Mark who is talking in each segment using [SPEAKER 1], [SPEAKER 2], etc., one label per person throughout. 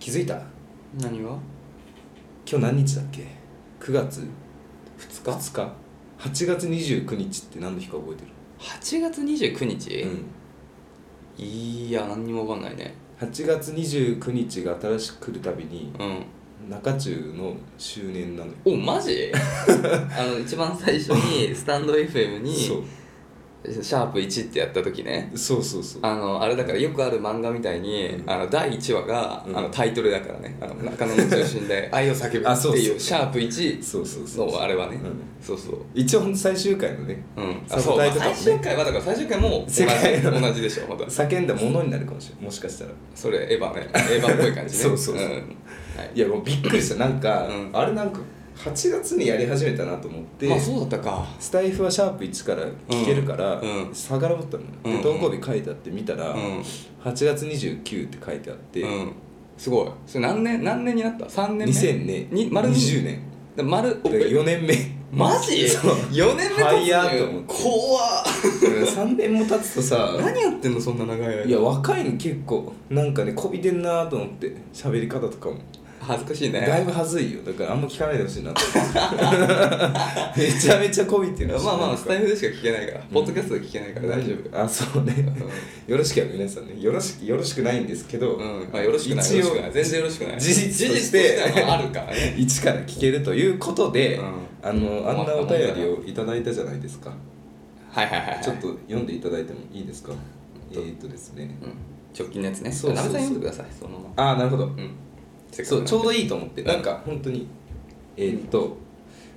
[SPEAKER 1] 気づいた
[SPEAKER 2] 何が
[SPEAKER 1] 今日何日だっけ9月
[SPEAKER 2] 2日
[SPEAKER 1] 2日8月29日って何の日か覚えて
[SPEAKER 2] 8月29日、
[SPEAKER 1] る、うん、
[SPEAKER 2] いや何にも分かんないね
[SPEAKER 1] 8月29日が新しく来るたびに
[SPEAKER 2] うん
[SPEAKER 1] 中中の周年なのよ
[SPEAKER 2] お マジあの一番最初にスタンド FM に
[SPEAKER 1] そう
[SPEAKER 2] シャープ1ってやった時ね
[SPEAKER 1] そうそうそう
[SPEAKER 2] あのあれだからよくある漫画みたいに、
[SPEAKER 1] うん
[SPEAKER 2] あの第1話が、
[SPEAKER 1] うん
[SPEAKER 2] あのタイトルだからねあの中野の中 心で愛を叫ぶ
[SPEAKER 1] あそう
[SPEAKER 2] って
[SPEAKER 1] そう
[SPEAKER 2] いうシャープ1
[SPEAKER 1] そうそうそう
[SPEAKER 2] のあれはね、
[SPEAKER 1] うん
[SPEAKER 2] そうそう
[SPEAKER 1] 一応最終回のね
[SPEAKER 2] うん、
[SPEAKER 1] サ
[SPEAKER 2] あ
[SPEAKER 1] ブ
[SPEAKER 2] そう、
[SPEAKER 1] タイ
[SPEAKER 2] ま
[SPEAKER 1] トルだも
[SPEAKER 2] あ
[SPEAKER 1] んね
[SPEAKER 2] 最終回はだから最終回も同じ
[SPEAKER 1] 世界の
[SPEAKER 2] 同じでしょまた
[SPEAKER 1] 叫んだものになるかもしれないもしかしたら
[SPEAKER 2] それエヴァねエヴァっぽい感じ ね
[SPEAKER 1] そうそうそうん
[SPEAKER 2] はい
[SPEAKER 1] いやもうびっくりしたなんか、
[SPEAKER 2] うん
[SPEAKER 1] あれなんか8月にやり始めたなと思って、
[SPEAKER 2] まあそうだったか
[SPEAKER 1] スタイフはシャープ1から聞けるから、
[SPEAKER 2] うんうん
[SPEAKER 1] 下がらぼったのよ、
[SPEAKER 2] うんうん
[SPEAKER 1] で投稿日書いてあって見たら、
[SPEAKER 2] うん、
[SPEAKER 1] 8月29って書いてあって、
[SPEAKER 2] うん、すごいそれ何年何年になった3年目
[SPEAKER 1] 2000年
[SPEAKER 2] に丸
[SPEAKER 1] 20年
[SPEAKER 2] だ丸
[SPEAKER 1] だから4年目
[SPEAKER 2] マ ジ
[SPEAKER 1] そう
[SPEAKER 2] ?4 年目
[SPEAKER 1] 早いと
[SPEAKER 2] 突入
[SPEAKER 1] 思って
[SPEAKER 2] 怖っ
[SPEAKER 1] 3年も経つとさ
[SPEAKER 2] 何やってんのそんな長い間
[SPEAKER 1] いや若いの結構なんかねこびてんなと思って喋り方とかも、
[SPEAKER 2] 恥ずかしいね
[SPEAKER 1] だいぶ恥ずいよだからあんま聞かないでほしいなと思って めちゃめちゃこびてるし
[SPEAKER 2] まあまあスタイ
[SPEAKER 1] フ
[SPEAKER 2] フでしか聞けないから、ポッドキャストで聞けないから大丈夫
[SPEAKER 1] あそうねよろしくやる皆さんねよろしくよろしくないんですけど、
[SPEAKER 2] うん、うんまあ、よろしくない
[SPEAKER 1] 一
[SPEAKER 2] よ
[SPEAKER 1] 応
[SPEAKER 2] ろしくない全然よろしくない
[SPEAKER 1] 事実として
[SPEAKER 2] 事実はあるからね
[SPEAKER 1] 一から聞けるということで、
[SPEAKER 2] うん
[SPEAKER 1] あのあんなお便りをいただいたじゃないですか、
[SPEAKER 2] はいはいはい、はい、
[SPEAKER 1] ちょっと読んでいただいてもいいですか、えーっとですね
[SPEAKER 2] うん、直近のやつね
[SPEAKER 1] そうそうそう
[SPEAKER 2] 田中さん読んでくださいそのまま
[SPEAKER 1] ああなるほど、
[SPEAKER 2] うん
[SPEAKER 1] そうちょうどいいと思って
[SPEAKER 2] うん
[SPEAKER 1] なんか本当にえーっと、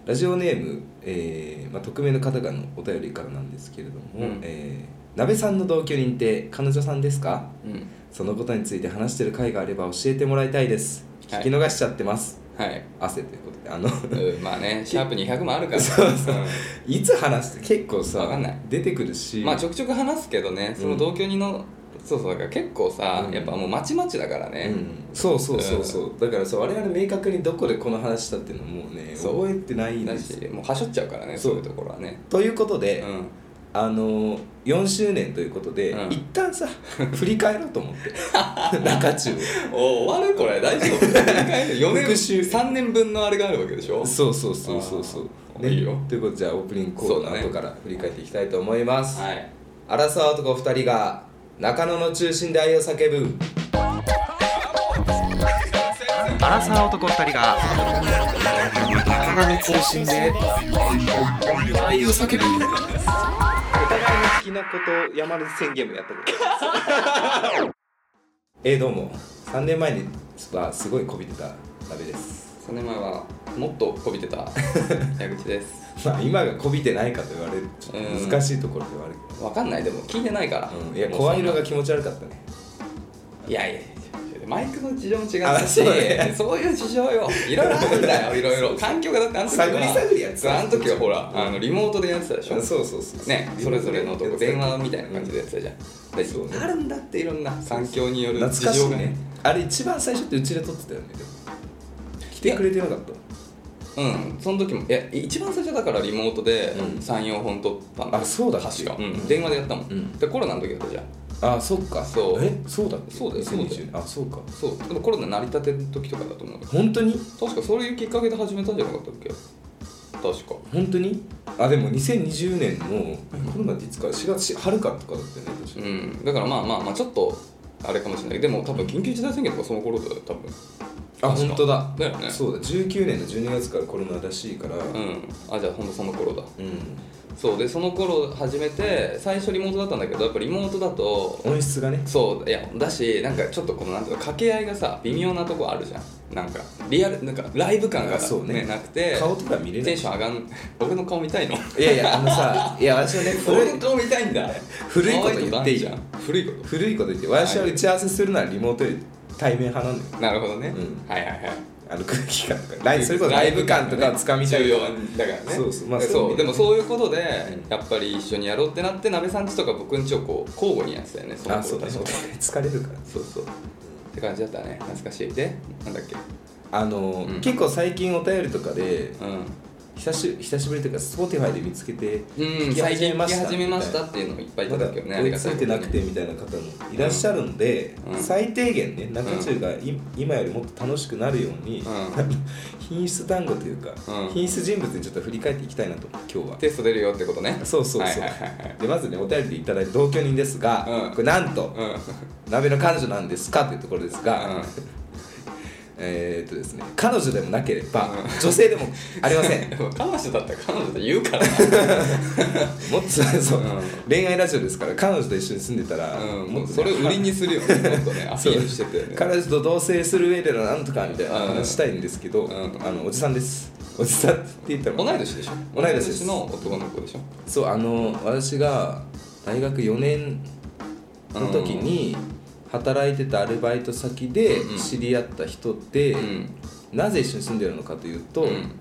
[SPEAKER 1] ラジオネーム、えーまあ、匿名の方からのお便りからなんですけれども、
[SPEAKER 2] うん
[SPEAKER 1] えー鍋さんの同居人って彼女さんですか
[SPEAKER 2] うん
[SPEAKER 1] そのことについて話してる回があれば教えてもらいたいです
[SPEAKER 2] はい
[SPEAKER 1] 聞き逃しちゃってます、
[SPEAKER 2] はい
[SPEAKER 1] 汗ということであの
[SPEAKER 2] うんまあねシャープ200もあるから
[SPEAKER 1] そうそうんいつ話して結構さ
[SPEAKER 2] わかんない
[SPEAKER 1] 出てくるし、
[SPEAKER 2] まあちょくちょく話すけどねその同居人の、そうそうだから結構さ、
[SPEAKER 1] うん
[SPEAKER 2] やっぱもうまちまちだからね、
[SPEAKER 1] うん、そうそうそうそう、だからさ我々明確にどこでこの話したっていうのはもうね
[SPEAKER 2] そう
[SPEAKER 1] 覚えてないん
[SPEAKER 2] だ
[SPEAKER 1] です
[SPEAKER 2] し
[SPEAKER 1] よ
[SPEAKER 2] もうはしょっちゃうからね
[SPEAKER 1] そ
[SPEAKER 2] そうういうところはね
[SPEAKER 1] ということ
[SPEAKER 2] う
[SPEAKER 1] で、
[SPEAKER 2] ん
[SPEAKER 1] あのー4周年ということで、
[SPEAKER 2] うん
[SPEAKER 1] 一旦 さ振り返ろうと思って中中
[SPEAKER 2] お終わるこれ大丈夫 4年
[SPEAKER 1] 復習
[SPEAKER 2] 3年分のあれがあるわけでしょ
[SPEAKER 1] をそうそうそうそうそう
[SPEAKER 2] あーいいよ
[SPEAKER 1] ということでじゃあオープニングコーナー後
[SPEAKER 2] そうだね
[SPEAKER 1] から振り返っていきたいと思います、
[SPEAKER 2] はい
[SPEAKER 1] アラサー男2人が中野の中心で愛を叫ぶアラサー男2人が
[SPEAKER 3] 体の中心で愛を叫ぶ
[SPEAKER 1] お互いの好きなことを山根宣言もやったことありますえー、どうも3年前にはすごいこびてた鍋です
[SPEAKER 2] 3年前はもっとこびてた矢口です
[SPEAKER 1] まあ今がこびてないかと言われるちょっと難しいところではある
[SPEAKER 2] わかんないでも聞いてないから、
[SPEAKER 1] けど、うん、いや
[SPEAKER 2] もう
[SPEAKER 1] 声色が気持ち悪かったね
[SPEAKER 2] いやいやいやマイクの事情も違
[SPEAKER 1] あ
[SPEAKER 2] うし
[SPEAKER 1] そうね
[SPEAKER 2] そういう事情よいろいろある んだよいろいろ環境がだってあの時は
[SPEAKER 1] 探り探りやってた
[SPEAKER 2] あの時はほらあのリモートでやってたでしょ
[SPEAKER 1] そうそうそうそう
[SPEAKER 2] ねそれぞれのとこ電話みたいな感じでやってたじゃん、で
[SPEAKER 1] そうね
[SPEAKER 2] あるんだっていろんな環境による
[SPEAKER 1] 懐
[SPEAKER 2] 事
[SPEAKER 1] かし
[SPEAKER 2] 情
[SPEAKER 1] い
[SPEAKER 2] が
[SPEAKER 1] ねあれ一番最初ってうちで撮ってたよねでも来てくれてなかった
[SPEAKER 2] うんその時もいや一番最初だからリモートで
[SPEAKER 1] うん
[SPEAKER 2] 34本撮ったんだ
[SPEAKER 1] あそうだっけ
[SPEAKER 2] 確か、う
[SPEAKER 1] うん
[SPEAKER 2] ん、電話でやったもん、
[SPEAKER 1] うん
[SPEAKER 2] でコロナの時だったじゃん
[SPEAKER 1] あそっか
[SPEAKER 2] そう
[SPEAKER 1] えそうだっけ
[SPEAKER 2] そうだよそうだよ
[SPEAKER 1] 2020あそうか
[SPEAKER 2] そうでもコロナ成り立ての時とかだと思うよ
[SPEAKER 1] 本当に
[SPEAKER 2] 確かそういうきっかけで始めたんじゃなかったっけ確か
[SPEAKER 1] 本当にあでも2020年のコロナっていつか4月春かとかだったよね確か、
[SPEAKER 2] うん、だからまあまあまあちょっとあれかもしれないでも多分緊急事態宣言とかその頃だよ多分
[SPEAKER 1] あ本当だ
[SPEAKER 2] だよね
[SPEAKER 1] そうだ19年の12月からコロナらしいからうん、
[SPEAKER 2] うんあじゃあほんとその頃だそうでその頃始めて最初リモートだったんだけどやっぱリモートだと
[SPEAKER 1] 音質がね
[SPEAKER 2] そういやだしなんかちょっとこのなんていうの掛け合いがさ微妙なとこあるじゃんなんかリアルなんかライブ感が
[SPEAKER 1] あそうね
[SPEAKER 2] なくて
[SPEAKER 1] 顔とか見れな
[SPEAKER 2] テ
[SPEAKER 1] い
[SPEAKER 2] ンション上がん俺の顔見たいの
[SPEAKER 1] いやいやあのさいや私はね
[SPEAKER 2] 俺
[SPEAKER 1] 古
[SPEAKER 2] の
[SPEAKER 1] い
[SPEAKER 2] 顔見たいんだ
[SPEAKER 1] 古いこと言っていい
[SPEAKER 2] 可愛とあんじゃん古いこ
[SPEAKER 1] 古いこと言って私は打ち合わせするならリモートより対面派なのよ
[SPEAKER 2] となるほどね、
[SPEAKER 1] うん
[SPEAKER 2] はいはいはい
[SPEAKER 1] あの空気感とかライそれこそライブ感とかをつかみたい
[SPEAKER 2] 重要だからね
[SPEAKER 1] そうそうまあ
[SPEAKER 2] そうでもそういうことで
[SPEAKER 1] うん
[SPEAKER 2] やっぱり一緒にやろうってなって鍋さんちとか僕んちをこう交互にやってたよねの頃
[SPEAKER 1] あそうだね
[SPEAKER 2] 確か
[SPEAKER 1] 疲れるから
[SPEAKER 2] そうそうって感じだったね懐かしいでなんだっけ
[SPEAKER 1] あの、
[SPEAKER 2] うん
[SPEAKER 1] 結構最近お便りとかで
[SPEAKER 2] うん
[SPEAKER 1] 久し久しぶりというか Spotify で見つけて
[SPEAKER 2] うん、最近聞き始めましたっていうのをいっぱいい
[SPEAKER 1] ま
[SPEAKER 2] た
[SPEAKER 1] だ
[SPEAKER 2] だくよね、あ
[SPEAKER 1] 追
[SPEAKER 2] り
[SPEAKER 1] い
[SPEAKER 2] が
[SPEAKER 1] つ
[SPEAKER 2] たい
[SPEAKER 1] い
[SPEAKER 2] こ
[SPEAKER 1] て
[SPEAKER 2] とに
[SPEAKER 1] なくてみたいな方もいらっしゃるので、
[SPEAKER 2] うん
[SPEAKER 1] 最低限ね中中がい今よりもっと楽しくなるように、
[SPEAKER 2] う
[SPEAKER 1] 品質単語というか、
[SPEAKER 2] うん
[SPEAKER 1] 品質人物にちょっと振り返っていきたいなと今日は。
[SPEAKER 2] テスト出るよってことね
[SPEAKER 1] そうそうそう、
[SPEAKER 2] はいはいはい
[SPEAKER 1] でまずねお便りでいただいた同居人ですが、
[SPEAKER 2] うん
[SPEAKER 1] これなんと
[SPEAKER 2] はい、
[SPEAKER 1] 「鍋の彼女なんですか?」というところですが、
[SPEAKER 2] うん
[SPEAKER 1] えーっとですね彼女でもなければ、
[SPEAKER 2] うん
[SPEAKER 1] 女性でもありま せん
[SPEAKER 2] うん、でも彼女だったら彼女と言うからな
[SPEAKER 1] もっと そう、
[SPEAKER 2] うん
[SPEAKER 1] 恋愛ラジオですから彼女と一緒に住んでたら、
[SPEAKER 2] うん、
[SPEAKER 1] も
[SPEAKER 2] も
[SPEAKER 1] っ
[SPEAKER 2] う
[SPEAKER 1] とね
[SPEAKER 2] それを売りにするよねもっとねアピ
[SPEAKER 1] そう
[SPEAKER 2] ールしてたよね
[SPEAKER 1] 彼女と同棲する上でのなんとかみたいな
[SPEAKER 2] うん
[SPEAKER 1] 話したいんですけど、
[SPEAKER 2] うん
[SPEAKER 1] あのおじさんですおじさんって言ったら
[SPEAKER 2] 同い年でしょ
[SPEAKER 1] 同い年です
[SPEAKER 2] の男の子でしょ
[SPEAKER 1] そうあの私が大学4年の時に働いてたアルバイト先で
[SPEAKER 2] うんうん
[SPEAKER 1] 知り合った人って、
[SPEAKER 2] うん
[SPEAKER 1] なぜ一緒に住んでるのかというと
[SPEAKER 2] うん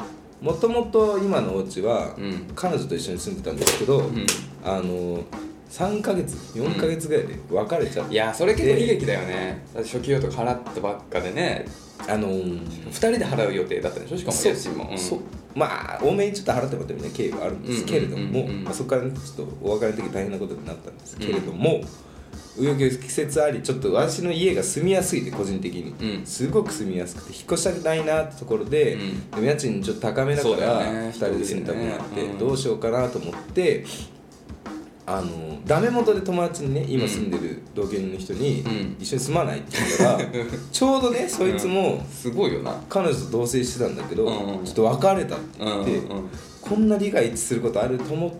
[SPEAKER 1] もともと今のお家は、
[SPEAKER 2] うん
[SPEAKER 1] 彼女と一緒に住んでたんですけど、
[SPEAKER 2] うん
[SPEAKER 1] あの3ヶ月4ヶ月ぐらいで別れちゃって、
[SPEAKER 2] いやそれ結構悲劇だよねだって初期費用とか払ったばっかでね
[SPEAKER 1] あのー
[SPEAKER 2] 2人で払う予定だったでしょしかも
[SPEAKER 1] そう
[SPEAKER 2] 家賃も、うん
[SPEAKER 1] そうまあ多めにちょっと払ってもらったみたいな経緯はあるんですけれども、
[SPEAKER 2] うんうんうんうん
[SPEAKER 1] まあ、そこから、ね、ちょっとお別れの時大変なことになったんですけれども紆余、曲折ありちょっと私の家が住みやすいで個人的に、
[SPEAKER 2] うん
[SPEAKER 1] すごく住みやすくて引っ越したくないなってところで、
[SPEAKER 2] うん
[SPEAKER 1] でも家賃ちょっと高めだか
[SPEAKER 2] そうだよ
[SPEAKER 1] ら
[SPEAKER 2] ね
[SPEAKER 1] 2人で住みたくなって、
[SPEAKER 2] うん
[SPEAKER 1] どうしようかなと思って。あのダメ元で友達にね今住んでる同居人の人に、
[SPEAKER 2] うん
[SPEAKER 1] 一緒に住まないって言 ったらちょうどねそいつも、
[SPEAKER 2] すごいよな
[SPEAKER 1] 彼女と同棲してたんだけど、
[SPEAKER 2] うんうん
[SPEAKER 1] ちょっと別れたって
[SPEAKER 2] うん
[SPEAKER 1] 言
[SPEAKER 2] う
[SPEAKER 1] って、
[SPEAKER 2] ん
[SPEAKER 1] こんな理解一致することあると思っ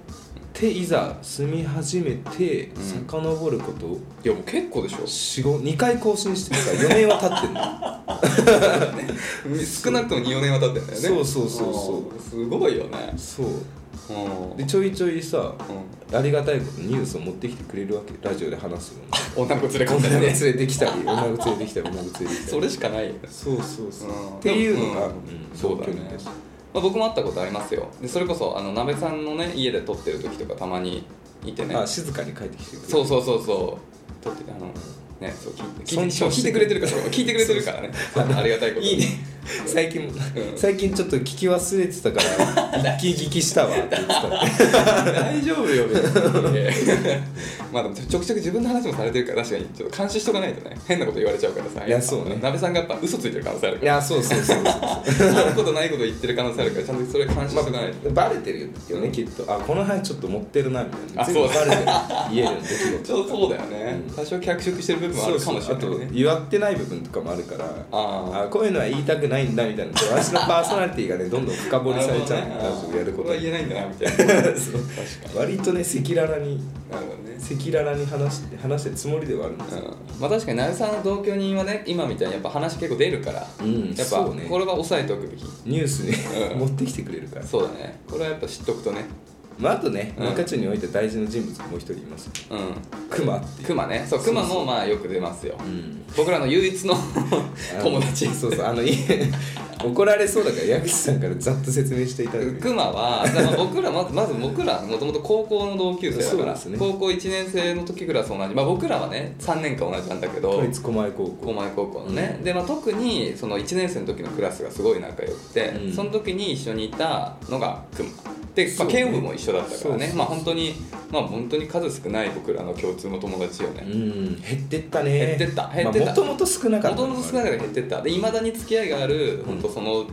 [SPEAKER 1] ていざ住み始めて
[SPEAKER 2] ん
[SPEAKER 1] 遡ることを
[SPEAKER 2] いやもう結構でしょ
[SPEAKER 1] 2回更新してるから4年は経ってんの
[SPEAKER 2] 少なくとも24年は経ってんだよね
[SPEAKER 1] そうそうそうそう
[SPEAKER 2] うんすごいよね
[SPEAKER 1] そう
[SPEAKER 2] うん
[SPEAKER 1] でちょいちょいさ
[SPEAKER 2] うん
[SPEAKER 1] ありがたいことニュースを持ってきてくれるわけラジオで話すよう
[SPEAKER 2] 女の子連れ
[SPEAKER 1] な
[SPEAKER 2] 込ん
[SPEAKER 1] 女
[SPEAKER 2] で
[SPEAKER 1] の子
[SPEAKER 2] ね
[SPEAKER 1] 連れてきたり女の子連れてきたり女の子連れてきたり
[SPEAKER 2] それしかないよね
[SPEAKER 1] そうそうそう、
[SPEAKER 2] うん
[SPEAKER 1] っていうのが、
[SPEAKER 2] うん
[SPEAKER 1] ん
[SPEAKER 2] そうだね
[SPEAKER 1] 同居人です
[SPEAKER 2] まあ、僕も会ったことありますよでそれこそあの鍋さんのね家で撮ってる時とかたまにいてね
[SPEAKER 1] あ静かに帰ってきてくれる
[SPEAKER 2] そうそうそうそう撮ってあのねそう聞いて聞いて
[SPEAKER 1] 尊重
[SPEAKER 2] 聞
[SPEAKER 1] し
[SPEAKER 2] い
[SPEAKER 1] て
[SPEAKER 2] てくれてるからそう聞いてくれてるからねそうありがたいことに
[SPEAKER 1] いいね最近
[SPEAKER 2] ん
[SPEAKER 1] 最近ちょっと聞き忘れてた から一気聞きしたわって言ってた
[SPEAKER 2] 大丈夫よ別に まあでもちょくちょく自分の話もされてるから確かにちょっと監視しとかないとね変なこと言われちゃうからさ
[SPEAKER 1] いやそうね
[SPEAKER 2] 鍋さんがやっぱ嘘ついてる可能性ある
[SPEAKER 1] い
[SPEAKER 2] から
[SPEAKER 1] やそうそうそうそう
[SPEAKER 2] あることないこと言ってる可能性あるからちゃんとそれ監視 しとかないと、
[SPEAKER 1] バレてるよねきっとあこの範囲ちょっと持ってるなみたいな
[SPEAKER 2] あ
[SPEAKER 1] 全部
[SPEAKER 2] そ
[SPEAKER 1] バ
[SPEAKER 2] う
[SPEAKER 1] レてる家での出来
[SPEAKER 2] ちょっと
[SPEAKER 1] 事
[SPEAKER 2] そうだよね、
[SPEAKER 1] うん
[SPEAKER 2] 多少脚色してる部分はあるかもしれない
[SPEAKER 1] そうそうあ
[SPEAKER 2] ね
[SPEAKER 1] と祝ってない部分とかもあるから
[SPEAKER 2] あー
[SPEAKER 1] あこういうのは言いたくないんだみたいな私のパーソナリティがねどんどん深掘りされちゃうのラジオやるこ
[SPEAKER 2] れ
[SPEAKER 1] と
[SPEAKER 2] は言えないんだなみたい
[SPEAKER 1] そ
[SPEAKER 2] な
[SPEAKER 1] う
[SPEAKER 2] 確か
[SPEAKER 1] 割とね赤裸々に
[SPEAKER 2] になるほどね
[SPEAKER 1] 赤裸々に話して話してるつもりではあるんですよ
[SPEAKER 2] うんまあ確かに成さんの同居人はね今みたいにやっぱ話結構出るから、
[SPEAKER 1] うん
[SPEAKER 2] やっぱ
[SPEAKER 1] そう
[SPEAKER 2] こ
[SPEAKER 1] ね
[SPEAKER 2] れは押さえておくべき
[SPEAKER 1] ニュースに
[SPEAKER 2] うん
[SPEAKER 1] 持ってきてくれるから
[SPEAKER 2] そうだねこれはやっぱ知っとくとね
[SPEAKER 1] まあ、あとね、
[SPEAKER 2] うん
[SPEAKER 1] 中中において大事な人物がもう一人います
[SPEAKER 2] うん
[SPEAKER 1] クマっていう
[SPEAKER 2] クマねそうクマもまあよく出ますよ、
[SPEAKER 1] うん
[SPEAKER 2] 僕らの唯一の
[SPEAKER 1] あの
[SPEAKER 2] 友達
[SPEAKER 1] そうそうあのい怒られそうだから矢口さんからざっと説明していただいて
[SPEAKER 2] クマはだから僕らまずまず僕らもともと高校の同級生だから、
[SPEAKER 1] そうですね
[SPEAKER 2] 高校1年生の時クラス同じ、まあ、僕らはね3年間同じなんだけど
[SPEAKER 1] 都立狛江高校
[SPEAKER 2] 高前高校のね、で、まあ、特にその1年生の時のクラスがすごい仲良くて、
[SPEAKER 1] うん
[SPEAKER 2] その時に一緒にいたのがクマで、ま
[SPEAKER 1] そ
[SPEAKER 2] あ、
[SPEAKER 1] うね
[SPEAKER 2] 剣部も一緒だったから
[SPEAKER 1] そうそう
[SPEAKER 2] ね
[SPEAKER 1] そう
[SPEAKER 2] まあ本当にまあ本当に数少ない僕らの共通の友達よね、
[SPEAKER 1] うん減ってったね
[SPEAKER 2] 減ってった減ってった
[SPEAKER 1] もともと少なかっ
[SPEAKER 2] も
[SPEAKER 1] た
[SPEAKER 2] ともと少ながら減ってったでいまだに付き合いがある本当その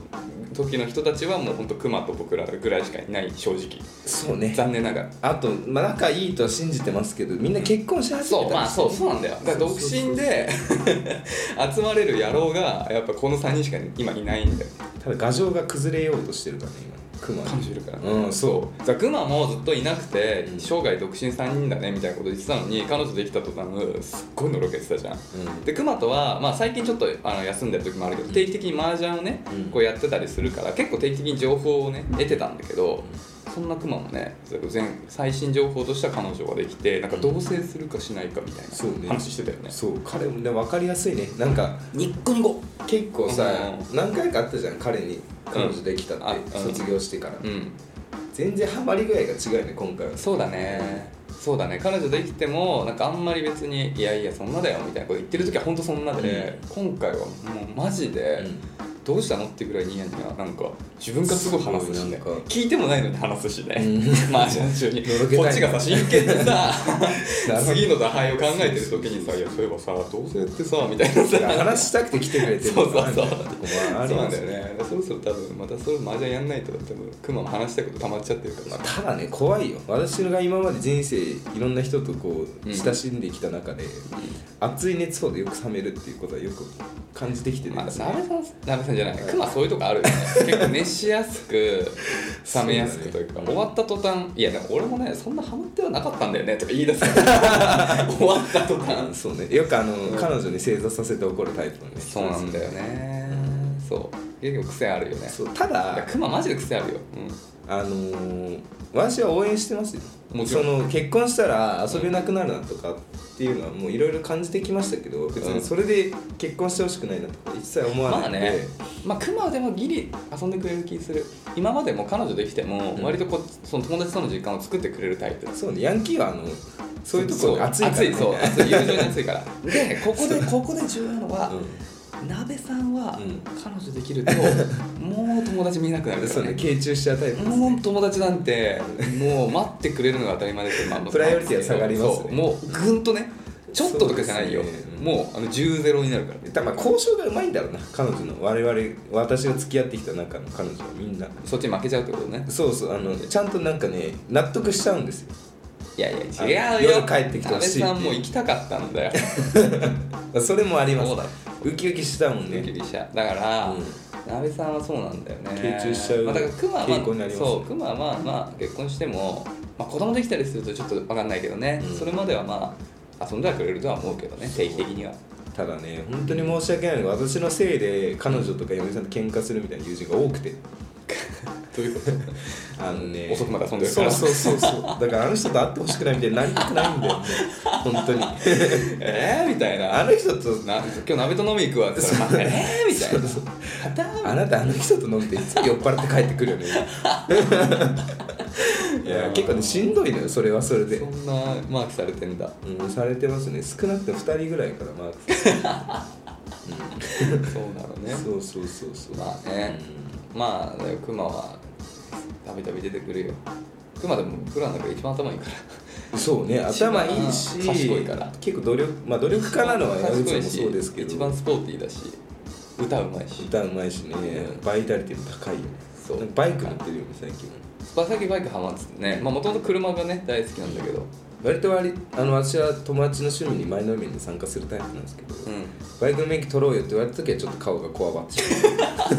[SPEAKER 2] 時の人たちはもう本当クマと僕らぐらいしかいない正直
[SPEAKER 1] そうね
[SPEAKER 2] 残念ながら
[SPEAKER 1] あと、まあ、仲いいとは信じてますけどみんな結婚し始
[SPEAKER 2] そ
[SPEAKER 1] め
[SPEAKER 2] う
[SPEAKER 1] た
[SPEAKER 2] ま
[SPEAKER 1] ん
[SPEAKER 2] あ
[SPEAKER 1] です
[SPEAKER 2] そ
[SPEAKER 1] よ
[SPEAKER 2] うそうなんだよだから独 身で集まれる野郎がやっぱこの3人しか今いないんだよ
[SPEAKER 1] ただ牙城が崩れようとしてるからね今クマ
[SPEAKER 2] 彼女いるから
[SPEAKER 1] うんそ
[SPEAKER 2] じゃあグマもずっといなくて
[SPEAKER 1] うん
[SPEAKER 2] 生涯独身3人だねみたいなこと言ってたのに彼女できた途端すっごいのろけてたじゃん
[SPEAKER 1] う、うん、
[SPEAKER 2] でクマとは、まあ、最近ちょっとあの休んでる時もあるけど定期的に麻雀をね
[SPEAKER 1] うん
[SPEAKER 2] こうやってたりするから結構定期的に情報をね得てたんだけどそんなクマもね前最新情報とした彼女ができてなんか同棲するかしないかみたい
[SPEAKER 1] そうね
[SPEAKER 2] な話してたよね
[SPEAKER 1] そう彼もね分かりやすいねなんか
[SPEAKER 2] ニッコニコ
[SPEAKER 1] 結構さ、
[SPEAKER 2] う
[SPEAKER 1] 何回かあったじゃん彼に彼女できたっ
[SPEAKER 2] うんあ
[SPEAKER 1] て、
[SPEAKER 2] うん
[SPEAKER 1] 卒業してから、
[SPEAKER 2] うん
[SPEAKER 1] 全然ハマり具合が違うね今回は
[SPEAKER 2] そうだねそうだね彼女できてもなんかあんまり別に「いやいやそんなだよ」みたいなこと言ってる時は本当そんなで、今回はもうマジで、どうしたのってぐらいニヤニヤなんか自分がすごい話すしね
[SPEAKER 1] すごいなんか
[SPEAKER 2] 聞いてもないのに話すしね、
[SPEAKER 1] う
[SPEAKER 2] まあ順調に
[SPEAKER 1] のろけたい
[SPEAKER 2] こっちがさ真剣でさ
[SPEAKER 1] なるほど
[SPEAKER 2] 次の打敗を考えてる時にさ「いやそういえばさどうせやってさ」みたいなさ
[SPEAKER 1] 話したくて来てくれてる
[SPEAKER 2] そうそうそう
[SPEAKER 1] とこもあり
[SPEAKER 2] そう
[SPEAKER 1] ま
[SPEAKER 2] なんだ
[SPEAKER 1] すよ
[SPEAKER 2] よ
[SPEAKER 1] ね
[SPEAKER 2] ねそろそろ多分またそれ麻雀やんないと多分クマも話したいこと溜まっちゃってるから
[SPEAKER 1] まあただね怖いよ私が今まで人生いろんな人とこう
[SPEAKER 2] うん
[SPEAKER 1] 親しんできた中で、熱い熱をでよく冷めるっていうことはよく感じてきてるん
[SPEAKER 2] まあ、
[SPEAKER 1] です
[SPEAKER 2] ナ
[SPEAKER 1] ね
[SPEAKER 2] メさん、ナメさんじゃない、クマそういうとこあるよね。結構熱しやす く、冷めやすくというか、
[SPEAKER 1] そうだね
[SPEAKER 2] 終わった途端、いや、でも俺もね、そんなハマってはなかったんだよねとか言い 出すから終わった途
[SPEAKER 1] あ
[SPEAKER 2] 端。
[SPEAKER 1] そうねよくあの、彼女に正座させて怒るタイプのね
[SPEAKER 2] そうなんだよね。そう、結構癖あるよね。
[SPEAKER 1] そうた
[SPEAKER 2] いや
[SPEAKER 1] だ
[SPEAKER 2] クママジで癖あるよ。うん
[SPEAKER 1] あのー私は応援してますよ
[SPEAKER 2] もちろん
[SPEAKER 1] その結婚したら遊べなくなるなとかっていうのはもういろいろ感じてきましたけど別にそれで結婚してほしくないなとか一切思わ
[SPEAKER 2] ま
[SPEAKER 1] な
[SPEAKER 2] あ
[SPEAKER 1] いので、
[SPEAKER 2] ね、まあ、クマでもギリ遊んでくれる気する今までも彼女できても
[SPEAKER 1] うん
[SPEAKER 2] 割とこうその友達との時間を作ってくれるタイプ
[SPEAKER 1] そうねヤンキーはあのそういうところ熱いから、ね、
[SPEAKER 2] そう熱い友情に熱いから でここでここで重要なのは、鍋さんは
[SPEAKER 1] うん
[SPEAKER 2] 彼女でき ると、もう友達見えなく
[SPEAKER 1] う
[SPEAKER 2] なる
[SPEAKER 1] ん、
[SPEAKER 2] か
[SPEAKER 1] そう
[SPEAKER 2] ら
[SPEAKER 1] ね
[SPEAKER 2] ね
[SPEAKER 1] 傾注しちゃうタイプです
[SPEAKER 2] もう友達なん てもう待ってくれるのが当たり前ですよ、まあ、
[SPEAKER 1] プライオリティは下がりますね
[SPEAKER 2] そうもうぐんとねちょっととかじゃないよ、
[SPEAKER 1] そうですねうん
[SPEAKER 2] もうあの10ゼロになるから
[SPEAKER 1] だからまあ交渉がうまいんだろうな彼女の我々私が付き合ってきた中の彼女はみんな
[SPEAKER 2] そっちに負けちゃうってことね
[SPEAKER 1] そうそうあのちゃんとなんかね納得しちゃうんですよ
[SPEAKER 2] いやい
[SPEAKER 1] あ
[SPEAKER 2] や
[SPEAKER 1] の
[SPEAKER 2] 違うよ
[SPEAKER 1] 夜帰ってきてほしいっていう
[SPEAKER 2] 安倍さんも行きたかった んだよ
[SPEAKER 1] それもあります
[SPEAKER 2] そうだよ
[SPEAKER 1] ウキウキしたもん
[SPEAKER 2] ド
[SPEAKER 1] ね
[SPEAKER 2] キドキしちゃうだから、
[SPEAKER 1] うん
[SPEAKER 2] 安倍さんはそうなんだよね
[SPEAKER 1] 傾注しちゃう
[SPEAKER 2] まあ、だから熊は、まあ
[SPEAKER 1] 傾向になりますね
[SPEAKER 2] そう熊はまあまあ結婚しても、まあ、子供できたりするとちょっと分かんないけどね、
[SPEAKER 1] うん
[SPEAKER 2] それまではまあ遊んではくれるとは思うけどね定期的には
[SPEAKER 1] ただね本当に申し訳ないのが私のせいで彼女とか嫁さんと喧嘩するみたいな友人が多くて
[SPEAKER 2] どういうこと
[SPEAKER 1] あのね
[SPEAKER 2] 遅くまで遊んでるから
[SPEAKER 1] そうそうそうそうだからあの人と会ってほしくないみたいになりたくないんだよね本当に
[SPEAKER 2] えーみたいな
[SPEAKER 1] あの人と
[SPEAKER 2] な今日鍋と飲み行くわって言ったらえーみたいなまた
[SPEAKER 1] あなたあの人と飲んでいつも酔っ払って帰ってくるよ ねいや結構ねしんどいのよそれはそれで
[SPEAKER 2] そんなマークされてんだ
[SPEAKER 1] うんされてますね少なくとも2人ぐらいからマークさ
[SPEAKER 2] そうな
[SPEAKER 1] れ
[SPEAKER 2] の
[SPEAKER 1] て
[SPEAKER 2] ね
[SPEAKER 1] そうそうそうそう
[SPEAKER 2] まあね、まあだから熊はたびたび出てくるよ熊でも僕らの中で一番頭いいから
[SPEAKER 1] そうね
[SPEAKER 2] 一番
[SPEAKER 1] 頭いいし
[SPEAKER 2] 賢いから
[SPEAKER 1] 結構努力まあ努力家なのは矢口
[SPEAKER 2] 賢
[SPEAKER 1] さんも
[SPEAKER 2] いし
[SPEAKER 1] そうですけ
[SPEAKER 2] 一
[SPEAKER 1] ど
[SPEAKER 2] 番スポーティーだし歌うまいし
[SPEAKER 1] 歌うまいしね
[SPEAKER 2] うん
[SPEAKER 1] バイタリティも高いよね
[SPEAKER 2] そう
[SPEAKER 1] なんかバイク乗ってるよね最近
[SPEAKER 2] まあさっきバイクハマっててねまあもともと車がね大好きなんだけど
[SPEAKER 1] 割と割りあの私は友達の趣味に前のめりに参加するタイプなんですけど、
[SPEAKER 2] うん
[SPEAKER 1] バイクの免許取ろうよって言われた時はちょっと顔がこわばっちゃ う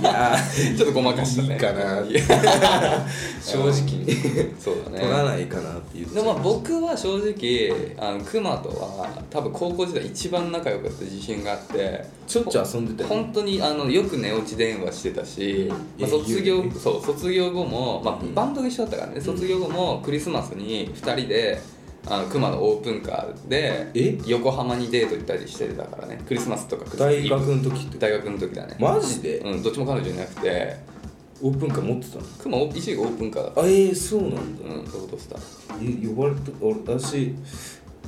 [SPEAKER 1] いやー
[SPEAKER 2] ちょっとごまかしたね
[SPEAKER 1] いいかな正直 に
[SPEAKER 2] そうだね
[SPEAKER 1] 取らないかなって言っち
[SPEAKER 2] で
[SPEAKER 1] ゃう
[SPEAKER 2] もまあ僕は正直あの熊とは多分高校時代一番仲良かった自信があって
[SPEAKER 1] ちょっちょ遊んでたよ
[SPEAKER 2] 本当にあのよく寝落ち電話してたし、
[SPEAKER 1] うん
[SPEAKER 2] まあ、卒業
[SPEAKER 1] いいよね
[SPEAKER 2] そう卒業後も、まあ
[SPEAKER 1] うん、
[SPEAKER 2] バンドが一緒だったからね卒業後もクリスマスに2人であの熊のオープンカー
[SPEAKER 1] え
[SPEAKER 2] で横浜にデート行ったりしてたからねクリスマスとかクリスマ
[SPEAKER 1] 大学
[SPEAKER 2] ス
[SPEAKER 1] の時って
[SPEAKER 2] 大学の時だね、
[SPEAKER 1] マジで、
[SPEAKER 2] うん、どっちも彼女いなくて
[SPEAKER 1] オープンカー持ってたの
[SPEAKER 2] 熊オー一時がオープンカーだった
[SPEAKER 1] あえー、そうなんだ、
[SPEAKER 2] うんロードスター
[SPEAKER 1] え呼ばれた俺私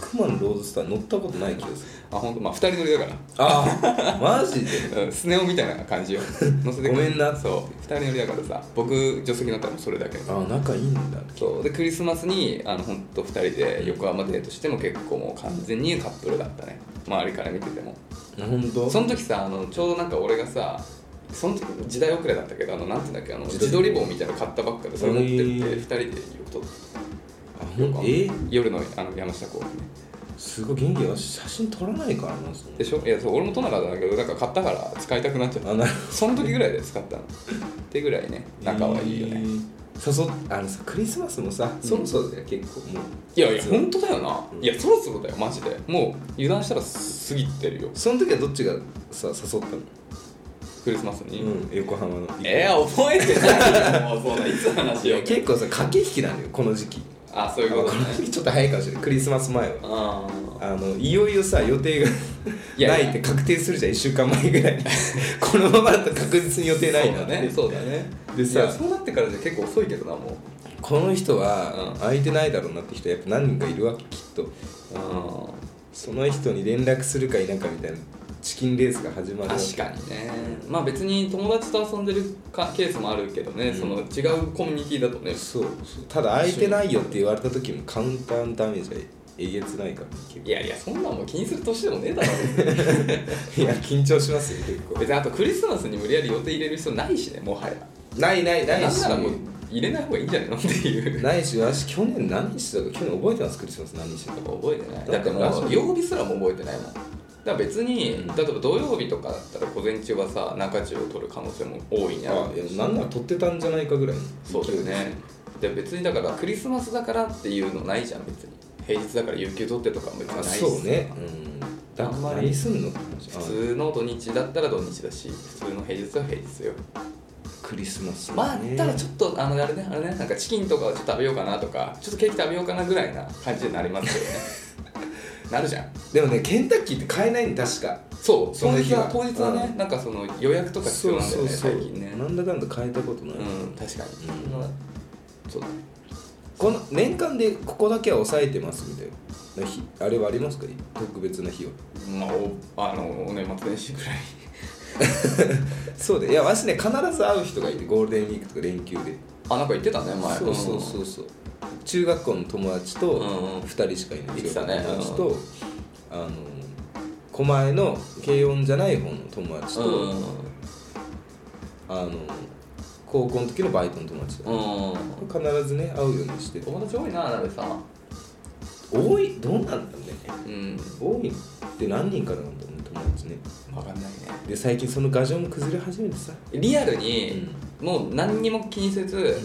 [SPEAKER 1] クマのロードスター乗ったことない気がする
[SPEAKER 2] あ本当まあ2人乗りだから
[SPEAKER 1] ああ マジで
[SPEAKER 2] うんスネ夫みたいな 感じよ乗せてくれ
[SPEAKER 1] ごめんな
[SPEAKER 2] そう2人乗りだからさ僕助手席乗ったのそれだけ
[SPEAKER 1] ああ仲いいんだ
[SPEAKER 2] そうでクリスマスにあの本当2人で横浜デートしても結構もう完全にカップルだったね周りから見てても
[SPEAKER 1] 本当
[SPEAKER 2] その時さあのちょうどなんか俺がさその時時代遅れだったけどあのなんていうんだっけあの
[SPEAKER 1] 自
[SPEAKER 2] 自
[SPEAKER 1] 撮
[SPEAKER 2] 撮
[SPEAKER 1] り
[SPEAKER 2] り
[SPEAKER 1] 棒
[SPEAKER 2] 棒みたいなの買ったばっかでそれ持ってって
[SPEAKER 1] へー
[SPEAKER 2] 2人で横と
[SPEAKER 1] あほん
[SPEAKER 2] 横浜
[SPEAKER 1] え
[SPEAKER 2] 夜のあの山下公園ね
[SPEAKER 1] すごい元気は写真撮らないからなその
[SPEAKER 2] でしょいやそう俺もトナカだけどなんか買ったから使いたくなっちゃった
[SPEAKER 1] あな
[SPEAKER 2] その時ぐらいで使ったのってぐらいね仲はいいよね、
[SPEAKER 1] 誘っあのさクリスマスもさそろそろだよ結構もう
[SPEAKER 2] いやいや本当だよな、
[SPEAKER 1] うん
[SPEAKER 2] いやそろそろだよマジでもう油断したら過ぎてるよ
[SPEAKER 1] その時はどっちがさ誘ったの
[SPEAKER 2] クリスマスに、
[SPEAKER 1] うん横浜の
[SPEAKER 2] えー、覚えてないよもうそんないつの
[SPEAKER 1] い
[SPEAKER 2] 話よ
[SPEAKER 1] や結構さ駆け引きなのよこの時期
[SPEAKER 2] あそう
[SPEAKER 1] あ
[SPEAKER 2] いう
[SPEAKER 1] こ
[SPEAKER 2] こ
[SPEAKER 1] の
[SPEAKER 2] とね
[SPEAKER 1] 時期ちょっと早いかもしれないクリスマス前は
[SPEAKER 2] あ
[SPEAKER 1] あのいよいよさ予定が
[SPEAKER 2] いや
[SPEAKER 1] ないい
[SPEAKER 2] や
[SPEAKER 1] って確定するじゃん1週間前ぐらいこのままだと確実に予定ないな
[SPEAKER 2] そうだねそうだね
[SPEAKER 1] で
[SPEAKER 2] で
[SPEAKER 1] さ
[SPEAKER 2] さそうなってからじゃ結構遅いけどなもう
[SPEAKER 1] この人は
[SPEAKER 2] うん
[SPEAKER 1] 空いてないだろうなって人やっぱ何人かいるわけきっと
[SPEAKER 2] あ
[SPEAKER 1] その人に連絡するか否かみたいなチキンレースが始まる
[SPEAKER 2] 確かにねまあ別に友達と遊んでるかケースもあるけどね、
[SPEAKER 1] うん
[SPEAKER 2] その違うコミュニティだとね
[SPEAKER 1] そうそうただ空いてないよって言われた時もカウンターのダメージはえげつないから結構
[SPEAKER 2] いやいやそんなんもう気にする年でもねえだろ
[SPEAKER 1] いや緊張しますよ結構
[SPEAKER 2] 別にあとクリスマスに無理やり予定入れる必要ないしねもはや
[SPEAKER 1] ないないな
[SPEAKER 2] ないん
[SPEAKER 1] し
[SPEAKER 2] ならもう入れない方がいいんじゃないのっていう
[SPEAKER 1] ないし私去年何してたか去年覚えてますクリスマス何してたか
[SPEAKER 2] 覚えてないだってもう曜日すらも覚えてないもんだから別に、
[SPEAKER 1] うん
[SPEAKER 2] 例えば土曜日とかだったら午前中はさ中中を取る可能性も大いにある
[SPEAKER 1] あいやなんなら撮ってたんじゃないかぐらいの
[SPEAKER 2] そうだよねで別にだからクリスマスだからっていうのないじゃん別に平日だから有給取ってとかも別に
[SPEAKER 1] あ
[SPEAKER 2] ないし
[SPEAKER 1] そうねうんだ
[SPEAKER 2] あんまり
[SPEAKER 1] 何すんのって話
[SPEAKER 2] 普通の土日だったら土日だし普通の平日は平日よ
[SPEAKER 1] あクリスマスね
[SPEAKER 2] まあただちょっとあのあれねあれねなんかチキンとかをちょっと食べようかなとかちょっとケーキ食べようかなぐらいな感じになりますよねなるじゃん
[SPEAKER 1] でもねケンタッキーって買えないん確か
[SPEAKER 2] そう
[SPEAKER 1] そ
[SPEAKER 2] 当
[SPEAKER 1] の
[SPEAKER 2] 日
[SPEAKER 1] 日
[SPEAKER 2] は
[SPEAKER 1] は
[SPEAKER 2] 当日はね、
[SPEAKER 1] う
[SPEAKER 2] なんかその予約とか必要なんだよね
[SPEAKER 1] そうそうそう
[SPEAKER 2] 最近ね
[SPEAKER 1] なんだかんだ買えたことない、
[SPEAKER 2] うん確かに、
[SPEAKER 1] うん
[SPEAKER 2] まあそうだね
[SPEAKER 1] この年間でここだけは抑えてますみたいな日あれはありますか特別な日は
[SPEAKER 2] まあおあのお年末年始ぐらい
[SPEAKER 1] そうでいや私ね必ず会う人がいるゴールデンウィークとか連休で
[SPEAKER 2] あなんか言ってたね前
[SPEAKER 1] そうそうそうそう中学校の友達と
[SPEAKER 2] うんうん
[SPEAKER 1] 2人しかいない
[SPEAKER 2] 言ってたね
[SPEAKER 1] 中学校の友達とあの狛江の軽音じゃない方の友達
[SPEAKER 2] うんうん
[SPEAKER 1] とあの高校の時のバイトの友達と
[SPEAKER 2] うんうん
[SPEAKER 1] 必ずね会うようにして
[SPEAKER 2] 友達多いななべさん
[SPEAKER 1] 多いどうなんだろうね
[SPEAKER 2] う
[SPEAKER 1] 多
[SPEAKER 2] ん
[SPEAKER 1] いって何人かなんだろうね友達ね
[SPEAKER 2] 分かんないね
[SPEAKER 1] で最近その牙城も崩れ始めてさ、
[SPEAKER 2] リアルに、もう何にも気にせず、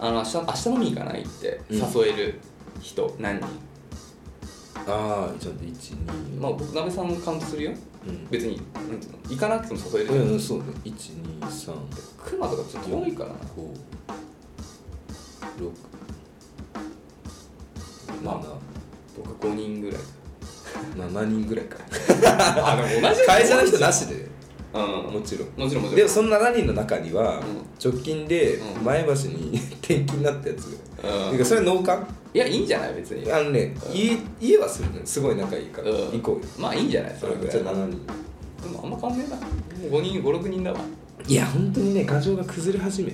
[SPEAKER 2] あの明日明日飲み行かないって
[SPEAKER 1] うん
[SPEAKER 2] 誘える人、何人
[SPEAKER 1] ああちょっと12
[SPEAKER 2] まあ僕なべさんもカウントするよ
[SPEAKER 1] うん
[SPEAKER 2] 別になんていうの行かなくても誘えるじゃ
[SPEAKER 1] うんんうんそうね1235
[SPEAKER 2] クマとかちょっと遠いからな
[SPEAKER 1] 6
[SPEAKER 2] ま僕5人ぐらい
[SPEAKER 1] 7人ぐらいか
[SPEAKER 2] あでも同じ
[SPEAKER 1] 会社の人なしで
[SPEAKER 2] うん
[SPEAKER 1] もちろん
[SPEAKER 2] もちろんもちろん
[SPEAKER 1] でもその7人の中には
[SPEAKER 2] うん
[SPEAKER 1] 直近で
[SPEAKER 2] うん
[SPEAKER 1] 前橋に 転勤になったやつが
[SPEAKER 2] う
[SPEAKER 1] て
[SPEAKER 2] ん
[SPEAKER 1] かそれ農家
[SPEAKER 2] いやいいんじゃない別に
[SPEAKER 1] あのね
[SPEAKER 2] うん
[SPEAKER 1] 家家はするねすごい仲いいから
[SPEAKER 2] うん
[SPEAKER 1] 行こうよ
[SPEAKER 2] まあいいんじゃないそれぐらい
[SPEAKER 1] じゃあ
[SPEAKER 2] でも
[SPEAKER 1] 7人
[SPEAKER 2] あんま変わんねえな5人56人だわ
[SPEAKER 1] いや本当にね牙城が崩れ始め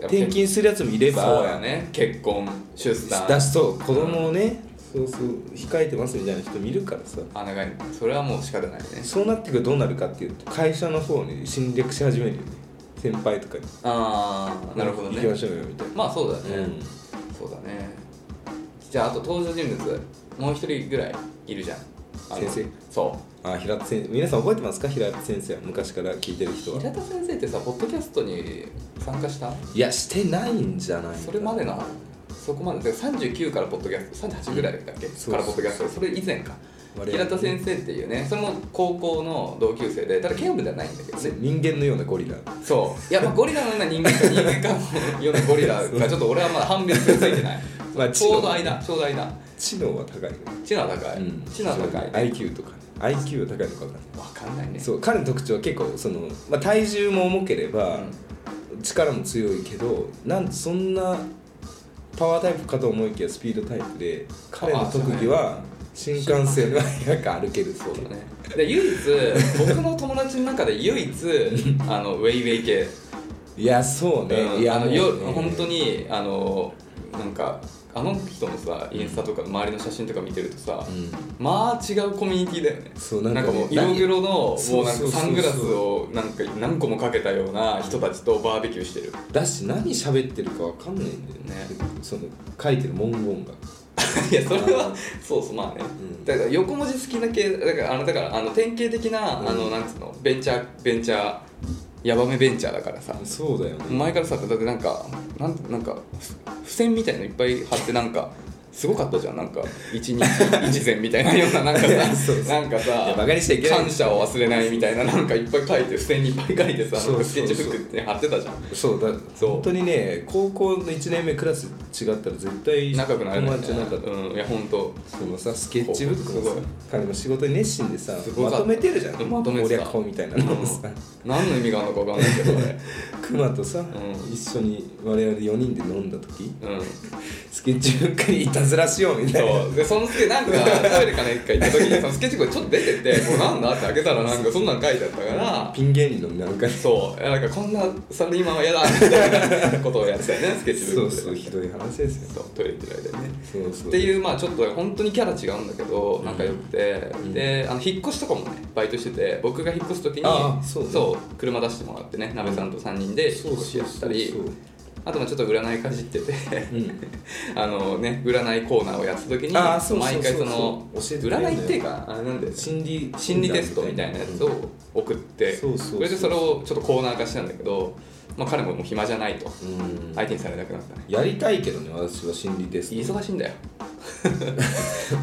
[SPEAKER 1] 転勤するやつもいれば
[SPEAKER 2] そうやね結婚出産
[SPEAKER 1] だしそう子供をね、そうそう控えてますみたいな人もいるからさ
[SPEAKER 2] あなんかそれはもう仕方ないね
[SPEAKER 1] そうなってくるとどうなるかっていうと会社の方に侵略し始めるよね先輩とかに
[SPEAKER 2] ああなるほどね
[SPEAKER 1] 行きましょうよみたいな
[SPEAKER 2] まあそうだね、
[SPEAKER 1] うん
[SPEAKER 2] そうだねじゃああと登場人物もう一人ぐらいいるじゃんあの
[SPEAKER 1] 先
[SPEAKER 2] そ
[SPEAKER 1] あ平田先生皆さん覚えてますか平田先生は昔から聞いてる人
[SPEAKER 2] う
[SPEAKER 1] は
[SPEAKER 2] 平田先生ってさポッドキャストに参加した
[SPEAKER 1] いやしてないんじゃないかな
[SPEAKER 2] それまでなそこまでだから39からポッドキャスト38ぐらいだっけ、
[SPEAKER 1] そう
[SPEAKER 2] からポッドキャストそれ以前か
[SPEAKER 1] 我々ね
[SPEAKER 2] 平田先生っていうねそれも高校の同級生でただ剣部ではないんだけどね
[SPEAKER 1] 人間のようなゴリラ
[SPEAKER 2] そういやまあゴリラのような 人間か人間かのようなゴリラがちょっと俺はまだ判別がついてない
[SPEAKER 1] まあ
[SPEAKER 2] ちょうど間ちょうど間
[SPEAKER 1] 知能は高いね
[SPEAKER 2] 知能は高い、知能は高いわ
[SPEAKER 1] IQ とかね IQ は高いのか分かんない
[SPEAKER 2] かんないね
[SPEAKER 1] そう彼の特徴は結構その、まあ、体重も重ければ、力も強いけどなんそんなパワータイプかと思いきやスピードタイプで彼の特技は新幹線の 速く歩けるそう
[SPEAKER 2] そう
[SPEAKER 1] だ
[SPEAKER 2] だねで唯一僕の友達の中で 唯一あのウェイウェイ系、
[SPEAKER 1] いやそうね、
[SPEAKER 2] うん
[SPEAKER 1] いや
[SPEAKER 2] あのよ
[SPEAKER 1] もうね
[SPEAKER 2] 本当にあのなんかあの人のさインスタとか周りの写真とか見てるとさ、
[SPEAKER 1] う
[SPEAKER 2] まあ違うコミュニティだよね
[SPEAKER 1] そう
[SPEAKER 2] なん
[SPEAKER 1] なん
[SPEAKER 2] か
[SPEAKER 1] かね
[SPEAKER 2] もう色黒のも
[SPEAKER 1] そうう
[SPEAKER 2] なん
[SPEAKER 1] そうそ
[SPEAKER 2] か
[SPEAKER 1] うそう
[SPEAKER 2] サングラスをなんか何個もかけたような人たちとバーベキューしてる
[SPEAKER 1] ん だし何喋ってるかわかんないんだよねその書いてる文言が
[SPEAKER 2] いやそれはそうそうまあね、
[SPEAKER 1] うん
[SPEAKER 2] だから横文字好きな系だからあのだからあの典型的な、
[SPEAKER 1] うん
[SPEAKER 2] あのなんつうのベンチャーベンチャーヤバめベンチャーだからさ
[SPEAKER 1] そうだよね
[SPEAKER 2] 前からさだってなんかなんなんかふ付箋みたいのいっぱい貼ってなんかすごかったじゃんなんか一日 一膳みたいなようななんかさ
[SPEAKER 1] そうそう
[SPEAKER 2] なんか
[SPEAKER 1] い
[SPEAKER 2] さ
[SPEAKER 1] やバカにしちゃいけない
[SPEAKER 2] 感謝を忘れないみたいななんかいっぱい書いて付箋にいっぱい書いてさ
[SPEAKER 1] そう
[SPEAKER 2] なんか
[SPEAKER 1] そ
[SPEAKER 2] スケッ
[SPEAKER 1] う
[SPEAKER 2] チ
[SPEAKER 1] そう
[SPEAKER 2] ブックに貼ってたじゃん
[SPEAKER 1] そうだ
[SPEAKER 2] そう
[SPEAKER 1] 本当にね高校の1年目クラス違ったら絶対
[SPEAKER 2] 仲良くなれない、
[SPEAKER 1] 友達じゃなかった
[SPEAKER 2] うんいや本当
[SPEAKER 1] そのさスケッチブック
[SPEAKER 2] す
[SPEAKER 1] を
[SPEAKER 2] ごい
[SPEAKER 1] さ彼も仕事に熱心でさ
[SPEAKER 2] すご
[SPEAKER 1] ま
[SPEAKER 2] かった
[SPEAKER 1] とめてるじゃん
[SPEAKER 2] まとめてた
[SPEAKER 1] 攻略法みたいなのをさ
[SPEAKER 2] 何の意味があるのかわかんないけどあれ
[SPEAKER 1] クマとさ
[SPEAKER 2] ん
[SPEAKER 1] 一緒に我々4人で飲んだ時
[SPEAKER 2] うん
[SPEAKER 1] スケッチブックにいたたずらしようみたいな
[SPEAKER 2] そうでそのスケなんか食べるかね一回行った時にそのスケッチブックちょっと出てて「これなんだ?」って開けたらなんかそんなん書いてあったから
[SPEAKER 1] ピン芸人のなんか
[SPEAKER 2] そういやなんかこんなサラリーマンは嫌だみたいなことをやって たよねスケッチブ
[SPEAKER 1] そ
[SPEAKER 2] ッ
[SPEAKER 1] う
[SPEAKER 2] クで
[SPEAKER 1] そうひどい話ですよ
[SPEAKER 2] そうトイレ行ってる間にね
[SPEAKER 1] そうそう
[SPEAKER 2] っていうまあちょっと本当にキャラ違うんだけど仲良くて、
[SPEAKER 1] うん
[SPEAKER 2] であの引っ越しとかもねバイトしてて僕が引っ越す時に
[SPEAKER 1] ああそうね
[SPEAKER 2] 車出してもらってね鍋さんと3人で引っ越しやったり
[SPEAKER 1] そうそう
[SPEAKER 2] あとまあちょっと占いかじってて、
[SPEAKER 1] そ ううん
[SPEAKER 2] あのね占いコーナーをやった時に
[SPEAKER 1] ああそうそう
[SPEAKER 2] 毎回その
[SPEAKER 1] そうそう教えてくれるんだ
[SPEAKER 2] 占
[SPEAKER 1] よ
[SPEAKER 2] いっていうかあれなんだよね
[SPEAKER 1] 心理
[SPEAKER 2] 心理テストみたいなやつを送って
[SPEAKER 1] そうそうそう
[SPEAKER 2] れでそれをちょっとコーナー化したんだけど、まあ、彼ももう暇じゃないと
[SPEAKER 1] うん
[SPEAKER 2] 相手にされなくなったね
[SPEAKER 1] やりたいけどね私は心理テスト
[SPEAKER 2] 忙しいんだ よ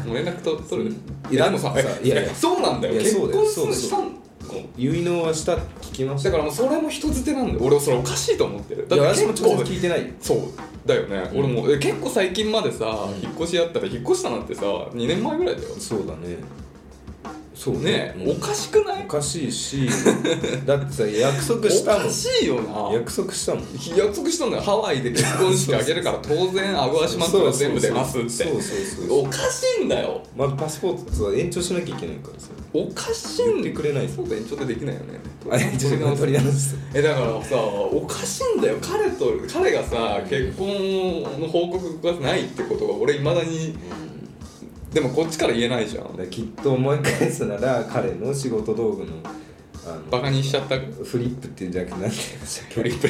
[SPEAKER 2] もう連絡と取る
[SPEAKER 1] いやでもさいやいや
[SPEAKER 2] そうなんだよ
[SPEAKER 1] いや
[SPEAKER 2] 結
[SPEAKER 1] そうだよ
[SPEAKER 2] 婚するし
[SPEAKER 1] そ
[SPEAKER 2] た
[SPEAKER 1] うそうん結納はしたって聞きました
[SPEAKER 2] だからもうそれも人づてなんだよ俺はそれおかしいと思ってる
[SPEAKER 1] いや
[SPEAKER 2] だって
[SPEAKER 1] 私も
[SPEAKER 2] 結
[SPEAKER 1] 直
[SPEAKER 2] 構
[SPEAKER 1] 接聞いてないよ
[SPEAKER 2] そうだよね、
[SPEAKER 1] うん
[SPEAKER 2] 俺もえ結構最近までさ、
[SPEAKER 1] うん
[SPEAKER 2] 引っ越しやったら引っ越したなんてさ2年前ぐらいだよ
[SPEAKER 1] そうだねそう
[SPEAKER 2] ねえ、
[SPEAKER 1] うん
[SPEAKER 2] おかしくない
[SPEAKER 1] おかしいしだってさ約束したも
[SPEAKER 2] おか
[SPEAKER 1] ん
[SPEAKER 2] しいよな
[SPEAKER 1] 約束したもん
[SPEAKER 2] 約束したんだよハワイで結婚式あげるから当然アグアシマンとか全部出ますって
[SPEAKER 1] そうそうそうそう
[SPEAKER 2] おかしいんだよ
[SPEAKER 1] まずパスポートは延長しなきゃいけないからさ
[SPEAKER 2] おかしいん
[SPEAKER 1] 言ってくれない
[SPEAKER 2] そうだ延長でできないよね
[SPEAKER 1] あ延長の取り直す
[SPEAKER 2] えだからさおかしいんだよ彼と彼がさ結婚の報告がないってことが俺いまだにでもこっちから言えないじゃ
[SPEAKER 1] だ
[SPEAKER 2] ん
[SPEAKER 1] からきっと思い返すなら彼の仕事道具のあの
[SPEAKER 2] バカにしちゃったフ
[SPEAKER 1] フリップっていうんじゃなくてなんて言うんでしたっけ
[SPEAKER 2] リップ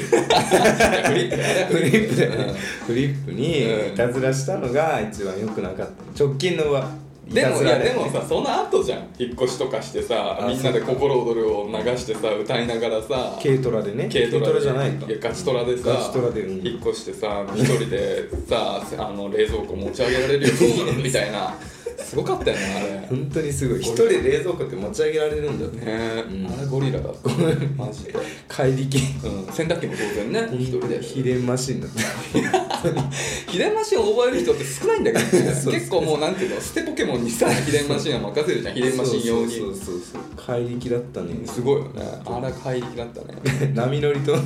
[SPEAKER 2] フリップだ
[SPEAKER 1] フリップだよ
[SPEAKER 2] う
[SPEAKER 1] ね
[SPEAKER 2] ん
[SPEAKER 1] フリップにいたずらしたのが一番良くなかった直近のはい
[SPEAKER 2] で
[SPEAKER 1] た
[SPEAKER 2] も
[SPEAKER 1] ず
[SPEAKER 2] い
[SPEAKER 1] ら
[SPEAKER 2] や
[SPEAKER 1] だ
[SPEAKER 2] で
[SPEAKER 1] よね
[SPEAKER 2] もさその後じゃん引っ越しとかしてさ
[SPEAKER 1] あ
[SPEAKER 2] みんなで「心躍る」を流してさ歌いながらさ
[SPEAKER 1] 軽トラでね
[SPEAKER 2] 軽トラで
[SPEAKER 1] じゃないか
[SPEAKER 2] いやガチトラでさ
[SPEAKER 1] ガチトラでうん
[SPEAKER 2] 引っ越してさ一人でさ あの冷蔵庫持ち上げられるよう にみたいなすごかったよねあれね
[SPEAKER 1] 本当にすごい一人冷蔵庫って持ち上げられるんだよね
[SPEAKER 2] え
[SPEAKER 1] うん
[SPEAKER 2] あれゴリラだった マジで
[SPEAKER 1] 怪力
[SPEAKER 2] うん洗濯機も当然ね一人で
[SPEAKER 1] 秘伝マシンだった
[SPEAKER 2] 秘伝マシンを覚える人って少ないんだけど
[SPEAKER 1] そ
[SPEAKER 2] ね
[SPEAKER 1] うそう
[SPEAKER 2] 結構もうなんていうの捨てポケモンにさ秘伝マシンは任せるじゃん秘伝マシン用
[SPEAKER 1] そう
[SPEAKER 2] に
[SPEAKER 1] そうそうそう怪力だったね
[SPEAKER 2] すごいよねあれ怪力だった ね
[SPEAKER 1] 波乗りと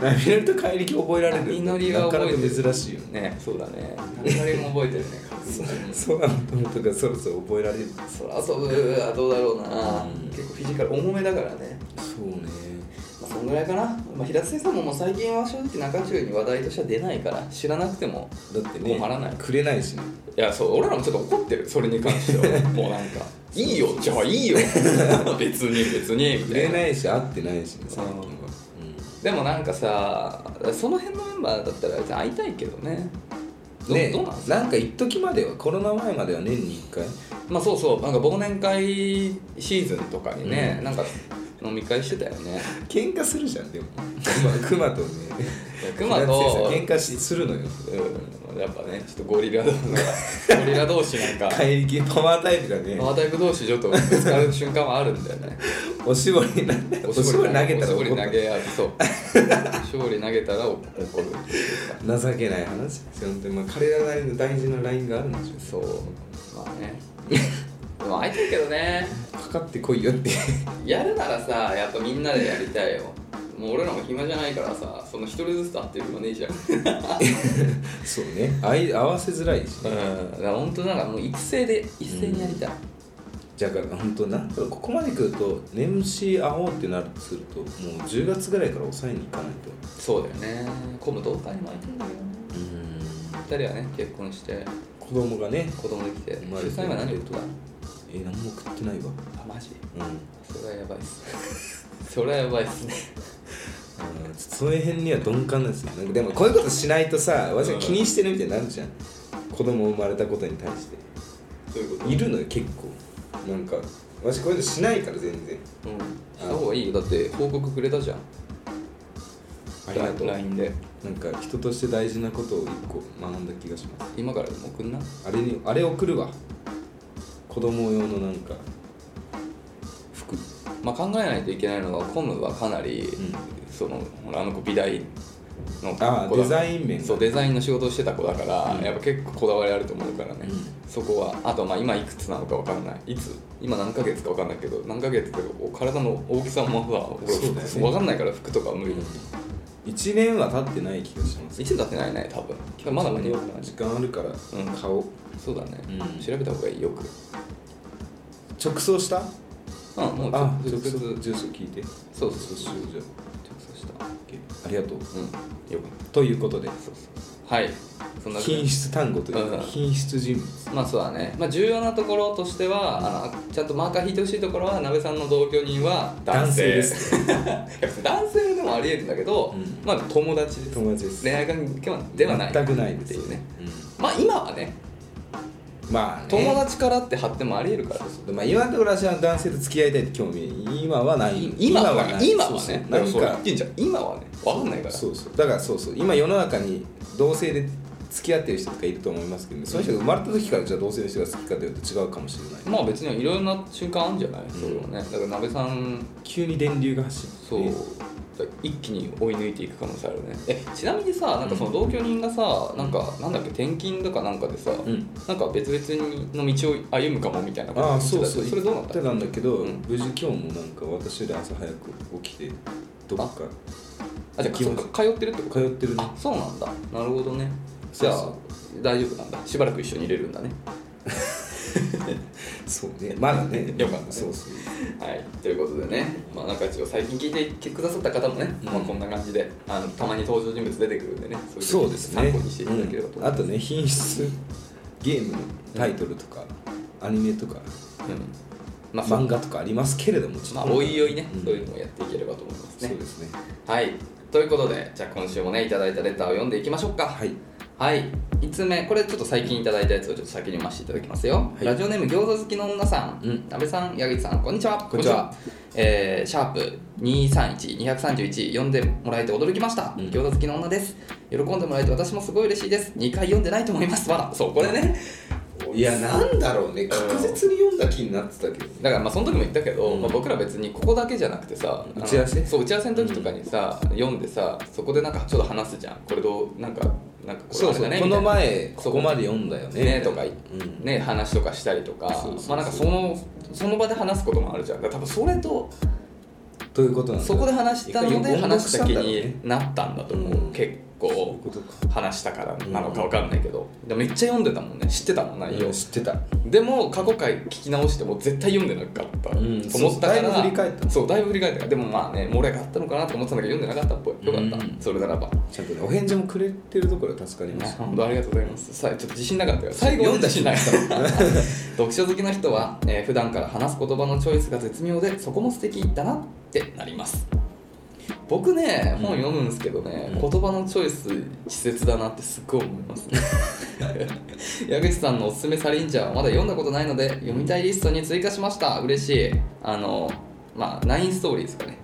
[SPEAKER 1] 波乗りと怪力覚えられる
[SPEAKER 2] 波乗りは覚えてる
[SPEAKER 1] なかなか珍しいよね
[SPEAKER 2] ねそうだね誰も覚えて るね
[SPEAKER 1] 空の友とかそろそろ覚えられる
[SPEAKER 2] 空遊ぶはどうだろうな、
[SPEAKER 1] うん
[SPEAKER 2] 結構フィジカル重めだからね、
[SPEAKER 1] そうね
[SPEAKER 2] まあ、そんぐらいかな、まあ、平田先生ももう最近は正直中中に話題としては出ないから知らなくても
[SPEAKER 1] だってね
[SPEAKER 2] 困らない
[SPEAKER 1] くれないしね
[SPEAKER 2] いやそう俺らもちょっと怒ってるそれに関して はもうなんか「いいよじゃあい いよ別に別に」み
[SPEAKER 1] く
[SPEAKER 2] た
[SPEAKER 1] れ
[SPEAKER 2] いな
[SPEAKER 1] ないし会ってないしね最近は
[SPEAKER 2] うんでもなんかさその辺のメンバーだったら別に会いたいけどね
[SPEAKER 1] うん
[SPEAKER 2] ど,、
[SPEAKER 1] ね
[SPEAKER 2] どうなんすか
[SPEAKER 1] なんか一時まではコロナ前までは年に1回
[SPEAKER 2] まあそうそうなんか忘年会シーズンとかにね、
[SPEAKER 1] う
[SPEAKER 2] なんか飲み会してたよね
[SPEAKER 1] 喧嘩するじゃんでもクマとね
[SPEAKER 2] クマと
[SPEAKER 1] 平田先生喧嘩しするのよ
[SPEAKER 2] うん、やっぱね、ちょっとゴリラ同士ゴリラ同士なんか、
[SPEAKER 1] 怪力パワータイプがね
[SPEAKER 2] パワータイプ同士ちょっとぶつかる瞬間はあるんだよね。
[SPEAKER 1] おしぼり投げおしぼり投げたら
[SPEAKER 2] おしぼり
[SPEAKER 1] 怒
[SPEAKER 2] 投
[SPEAKER 1] る
[SPEAKER 2] げ合う、そう。おしぼり投げたら怒るっていうか。
[SPEAKER 1] 情けない話ですよ本当にまあ彼らなりの大事なラインがあるんでしょ
[SPEAKER 2] そう、まあね。でも会いたいけどね、
[SPEAKER 1] かかってこいよって
[SPEAKER 2] やるならさ、やっぱみんなでやりたいよ。もう俺らも暇じゃないからさ、その一人ずつ会ってる暇ねえじゃん。
[SPEAKER 1] そうねあい合わせづらいしね、
[SPEAKER 2] うん、だから本当なんかもう一斉で、一斉にやりたい。
[SPEAKER 1] だから本当なんだろうここまで来ると年始会おうってなるとするともう10月ぐらいから抑えに行かないと
[SPEAKER 2] そうだよね。今度どうかにも会いたいんだけどね。二人はね、結婚して。
[SPEAKER 1] 子供がね
[SPEAKER 2] 子供できて
[SPEAKER 1] 生まれて
[SPEAKER 2] 出産今何で言ったあ
[SPEAKER 1] えー、何も食ってないわ
[SPEAKER 2] マジ
[SPEAKER 1] うんあ
[SPEAKER 2] それはやばいっす それはやばいっすね
[SPEAKER 1] ーその辺には鈍感なんですよなんかでもこういうことしないとさわしが気にしてるみたいになるじゃん子供生まれたことに対して
[SPEAKER 2] そういうこ
[SPEAKER 1] いるのよ結構なんかわしこういうのしないから全然
[SPEAKER 2] うんした方がいいよだって報告くれたじゃん
[SPEAKER 1] ありがとう
[SPEAKER 2] LINE で
[SPEAKER 1] なんか人として大事なことを一個学んだ気がします
[SPEAKER 2] 今からでも送んな
[SPEAKER 1] あれにあれ送るわ子供用のなんか服
[SPEAKER 2] まあ考えないといけないのはコムはかなり、
[SPEAKER 1] ん
[SPEAKER 2] そのほらあの子美大の子
[SPEAKER 1] ああデ
[SPEAKER 2] イ
[SPEAKER 1] ザイン面
[SPEAKER 2] そうデザインの仕事をしてた子だから、
[SPEAKER 1] うん
[SPEAKER 2] やっぱ結構こだわりあると思うからね、
[SPEAKER 1] う
[SPEAKER 2] そこはあとまあ今いくつなのかわかんないいつ今何ヶ月かわかんないけど何ヶ月かお体の大きさもさ
[SPEAKER 1] そうだよね
[SPEAKER 2] 分かんないから服とかは無理だと思う
[SPEAKER 1] 1年は経ってない気がします
[SPEAKER 2] 一度経ってないね多分今日まだ間に合うから
[SPEAKER 1] 時間あるから
[SPEAKER 2] うん
[SPEAKER 1] 買おう
[SPEAKER 2] そうだね、
[SPEAKER 1] うん
[SPEAKER 2] 調べた方がいいよく
[SPEAKER 1] 直送した
[SPEAKER 2] うんもう
[SPEAKER 1] あ
[SPEAKER 2] 直
[SPEAKER 1] 直
[SPEAKER 2] 接
[SPEAKER 1] 送
[SPEAKER 2] そう
[SPEAKER 1] 住所聞いて
[SPEAKER 2] そう
[SPEAKER 1] そうし
[SPEAKER 2] そう
[SPEAKER 1] ようじゃ
[SPEAKER 2] 直接した
[SPEAKER 1] あありがとう
[SPEAKER 2] うんよかっ
[SPEAKER 1] ということで
[SPEAKER 2] たそうそうはいそんな
[SPEAKER 1] 品質単語という
[SPEAKER 2] うん
[SPEAKER 1] か品質人物
[SPEAKER 2] まあそうだね、まあ、重要なところとしてはあのちゃんとマーカー引いてほしいところは鍋さんの同居人は男性
[SPEAKER 1] 男性
[SPEAKER 2] い や別に男性でもありえるんだけど、
[SPEAKER 1] うん
[SPEAKER 2] まあ友達です
[SPEAKER 1] 友達です
[SPEAKER 2] 恋愛関係はではない
[SPEAKER 1] 全くないで
[SPEAKER 2] って
[SPEAKER 1] す
[SPEAKER 2] いうねまあ今はね
[SPEAKER 1] うんまあね
[SPEAKER 2] 友達からって貼ってもありえるからです
[SPEAKER 1] まあ今のところ私は男性と付き合いたいって興味今はない
[SPEAKER 2] 今はね今は
[SPEAKER 1] そうそう
[SPEAKER 2] ね
[SPEAKER 1] な
[SPEAKER 2] だ
[SPEAKER 1] ん
[SPEAKER 2] からそう
[SPEAKER 1] か
[SPEAKER 2] 言ってんじゃん今はね分かんないから
[SPEAKER 1] そうそうだからそうそう今世の中に同性で付き合ってる人とかいると思いますけど、ね、その人が生まれた時からじゃあ同性の人が好きかというと違うかもしれない、
[SPEAKER 2] まあ別にいろいろな瞬間あるんじゃない、それはねだから鍋さん
[SPEAKER 1] 急に電流が走って
[SPEAKER 2] そう、一気に追い抜いていく可能性あるねえちなみにさなんかその同居人がさ、なんかなんだっけ転勤とかなんかでさ、
[SPEAKER 1] うん
[SPEAKER 2] なんか別々の道を歩むかもみたいなこと
[SPEAKER 1] ああ
[SPEAKER 2] 言って
[SPEAKER 1] そ
[SPEAKER 2] た
[SPEAKER 1] うそう
[SPEAKER 2] それどうなっ
[SPEAKER 1] 言
[SPEAKER 2] た
[SPEAKER 1] ってたんだけど、
[SPEAKER 2] うん
[SPEAKER 1] 無事今日もなんか私より朝早く起きてどこか
[SPEAKER 2] あじゃあそっか通ってるってこと
[SPEAKER 1] 通ってるね
[SPEAKER 2] あそうなんだなるほどねじゃあ
[SPEAKER 1] そう
[SPEAKER 2] 大丈夫なんだしばらく一緒にいれるんだね
[SPEAKER 1] そうねまだね
[SPEAKER 2] よかったね
[SPEAKER 1] そうそう
[SPEAKER 2] はいということでねまあなんか一応最近聞いてくださった方もね、まあ、こんな感じであのたまに登場人物出てくるんでねそい時
[SPEAKER 1] そうですね
[SPEAKER 2] 参考にしていただければと
[SPEAKER 1] う
[SPEAKER 2] 思
[SPEAKER 1] ん
[SPEAKER 2] い
[SPEAKER 1] あ
[SPEAKER 2] ます、
[SPEAKER 1] とね品質ゲームのタイトルとか、アニメとか
[SPEAKER 2] うんまあ、
[SPEAKER 1] 漫画とかありますけれどもちょ
[SPEAKER 2] ま
[SPEAKER 1] っ
[SPEAKER 2] あ、
[SPEAKER 1] と
[SPEAKER 2] おいおいね、そういう
[SPEAKER 1] ね
[SPEAKER 2] のをやっていければと思います
[SPEAKER 1] そう
[SPEAKER 2] ね
[SPEAKER 1] で。すね
[SPEAKER 2] はい。ということで、じゃあ今週もね、いただいたレターを読んでいきましょうか。
[SPEAKER 1] はい
[SPEAKER 2] はい。5つ目、これちょっと最近いただいたやつをちょっと先に読ませていただきますよ。
[SPEAKER 1] はい
[SPEAKER 2] ラジオネーム、餃子好きの女さん、
[SPEAKER 1] うん
[SPEAKER 2] 安倍さん、矢口さん、こんにちは。
[SPEAKER 1] こんにちは。
[SPEAKER 2] えーシャープ231、231、読んでもらえて驚きました。
[SPEAKER 1] うん
[SPEAKER 2] 餃子好きの女です。喜んでもらえて私もすごい嬉しいです。2回読んでないと思います。わら。そう、これね。
[SPEAKER 1] いやなんだろうね確実に読んだ気になってたけどね
[SPEAKER 2] だからまあその時も言ったけど、
[SPEAKER 1] うん
[SPEAKER 2] まあ、僕ら別にここだけじゃなくてさあの
[SPEAKER 1] 打ち合わせ
[SPEAKER 2] そう打ち合わせの時とかにさ、読んでさそこでなんかちょっと話すじゃんこれどうなんかなんか
[SPEAKER 1] そうそう、
[SPEAKER 2] あれだね
[SPEAKER 1] こ
[SPEAKER 2] みた
[SPEAKER 1] の
[SPEAKER 2] いな
[SPEAKER 1] 前ここまで読んだよね
[SPEAKER 2] ねとか、
[SPEAKER 1] うん
[SPEAKER 2] ね話とかしたりとか
[SPEAKER 1] そうそうそう
[SPEAKER 2] まあなんかそのその場で話すこともあるじゃんだから多分それと
[SPEAKER 1] ということなんだ
[SPEAKER 2] そこで話したので
[SPEAKER 1] 一回
[SPEAKER 2] 話した気
[SPEAKER 1] 音読したんだろうね
[SPEAKER 2] になったんだと思う、
[SPEAKER 1] うん
[SPEAKER 2] 結
[SPEAKER 1] そうい
[SPEAKER 2] 構
[SPEAKER 1] うことか
[SPEAKER 2] 話したからなのかわかんないけど、でめっちゃ読んでたもんね知ってたもん内容、
[SPEAKER 1] うん知ってた
[SPEAKER 2] でも過去回聞き直しても絶対読んでなかった、
[SPEAKER 1] うん
[SPEAKER 2] と思ったから
[SPEAKER 1] そうだいぶ振り返った
[SPEAKER 2] そうだいぶ振り返ったからでもまあね漏れがあったのかなと思ってたんだけど読んでなかったっぽいよかった、
[SPEAKER 1] うん
[SPEAKER 2] それならば
[SPEAKER 1] ちゃんとねお返事もくれてるところは助かりました
[SPEAKER 2] 本当ありがとうございますさあちょっと自信なかったよ最後まで自信なかった 読書好きの人は、えー普段から話す言葉のチョイスが絶妙でそこも素敵だなってなります僕ね
[SPEAKER 1] うん
[SPEAKER 2] 本読むんですけどね、
[SPEAKER 1] うん
[SPEAKER 2] 言葉のチョイス稚拙だなってすっごい思いますね 矢口さんのおすすめサリンジャーはまだ読んだことないので読みたいリストに追加しました嬉しいあのまあ9ストーリーですかね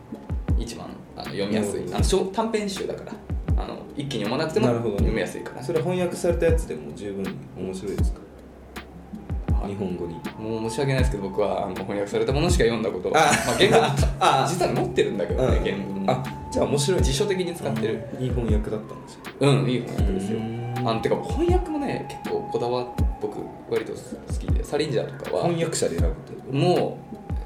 [SPEAKER 2] 一番あの読みやすい
[SPEAKER 1] なるほど
[SPEAKER 2] あの小短編集だからあの一気に読まなくても
[SPEAKER 1] なるほどね
[SPEAKER 2] 読みやすいから
[SPEAKER 1] それ翻訳されたやつでも十分面白いですか日本語に
[SPEAKER 2] もう申し訳ないですけど僕はあの翻訳されたものしか読んだこと
[SPEAKER 1] あ
[SPEAKER 2] まあ、原文
[SPEAKER 1] あ
[SPEAKER 2] 実は持ってるんだけどね原文
[SPEAKER 1] あじゃあ面白い
[SPEAKER 2] 辞書的に使ってる
[SPEAKER 1] いい翻訳だったんですよ
[SPEAKER 2] うんいい翻訳ですよ
[SPEAKER 1] うん
[SPEAKER 2] あのてか翻訳もね結構こだわって僕割と好きでサリンジャーとかは
[SPEAKER 1] 翻訳者で選ぶってこと
[SPEAKER 2] もう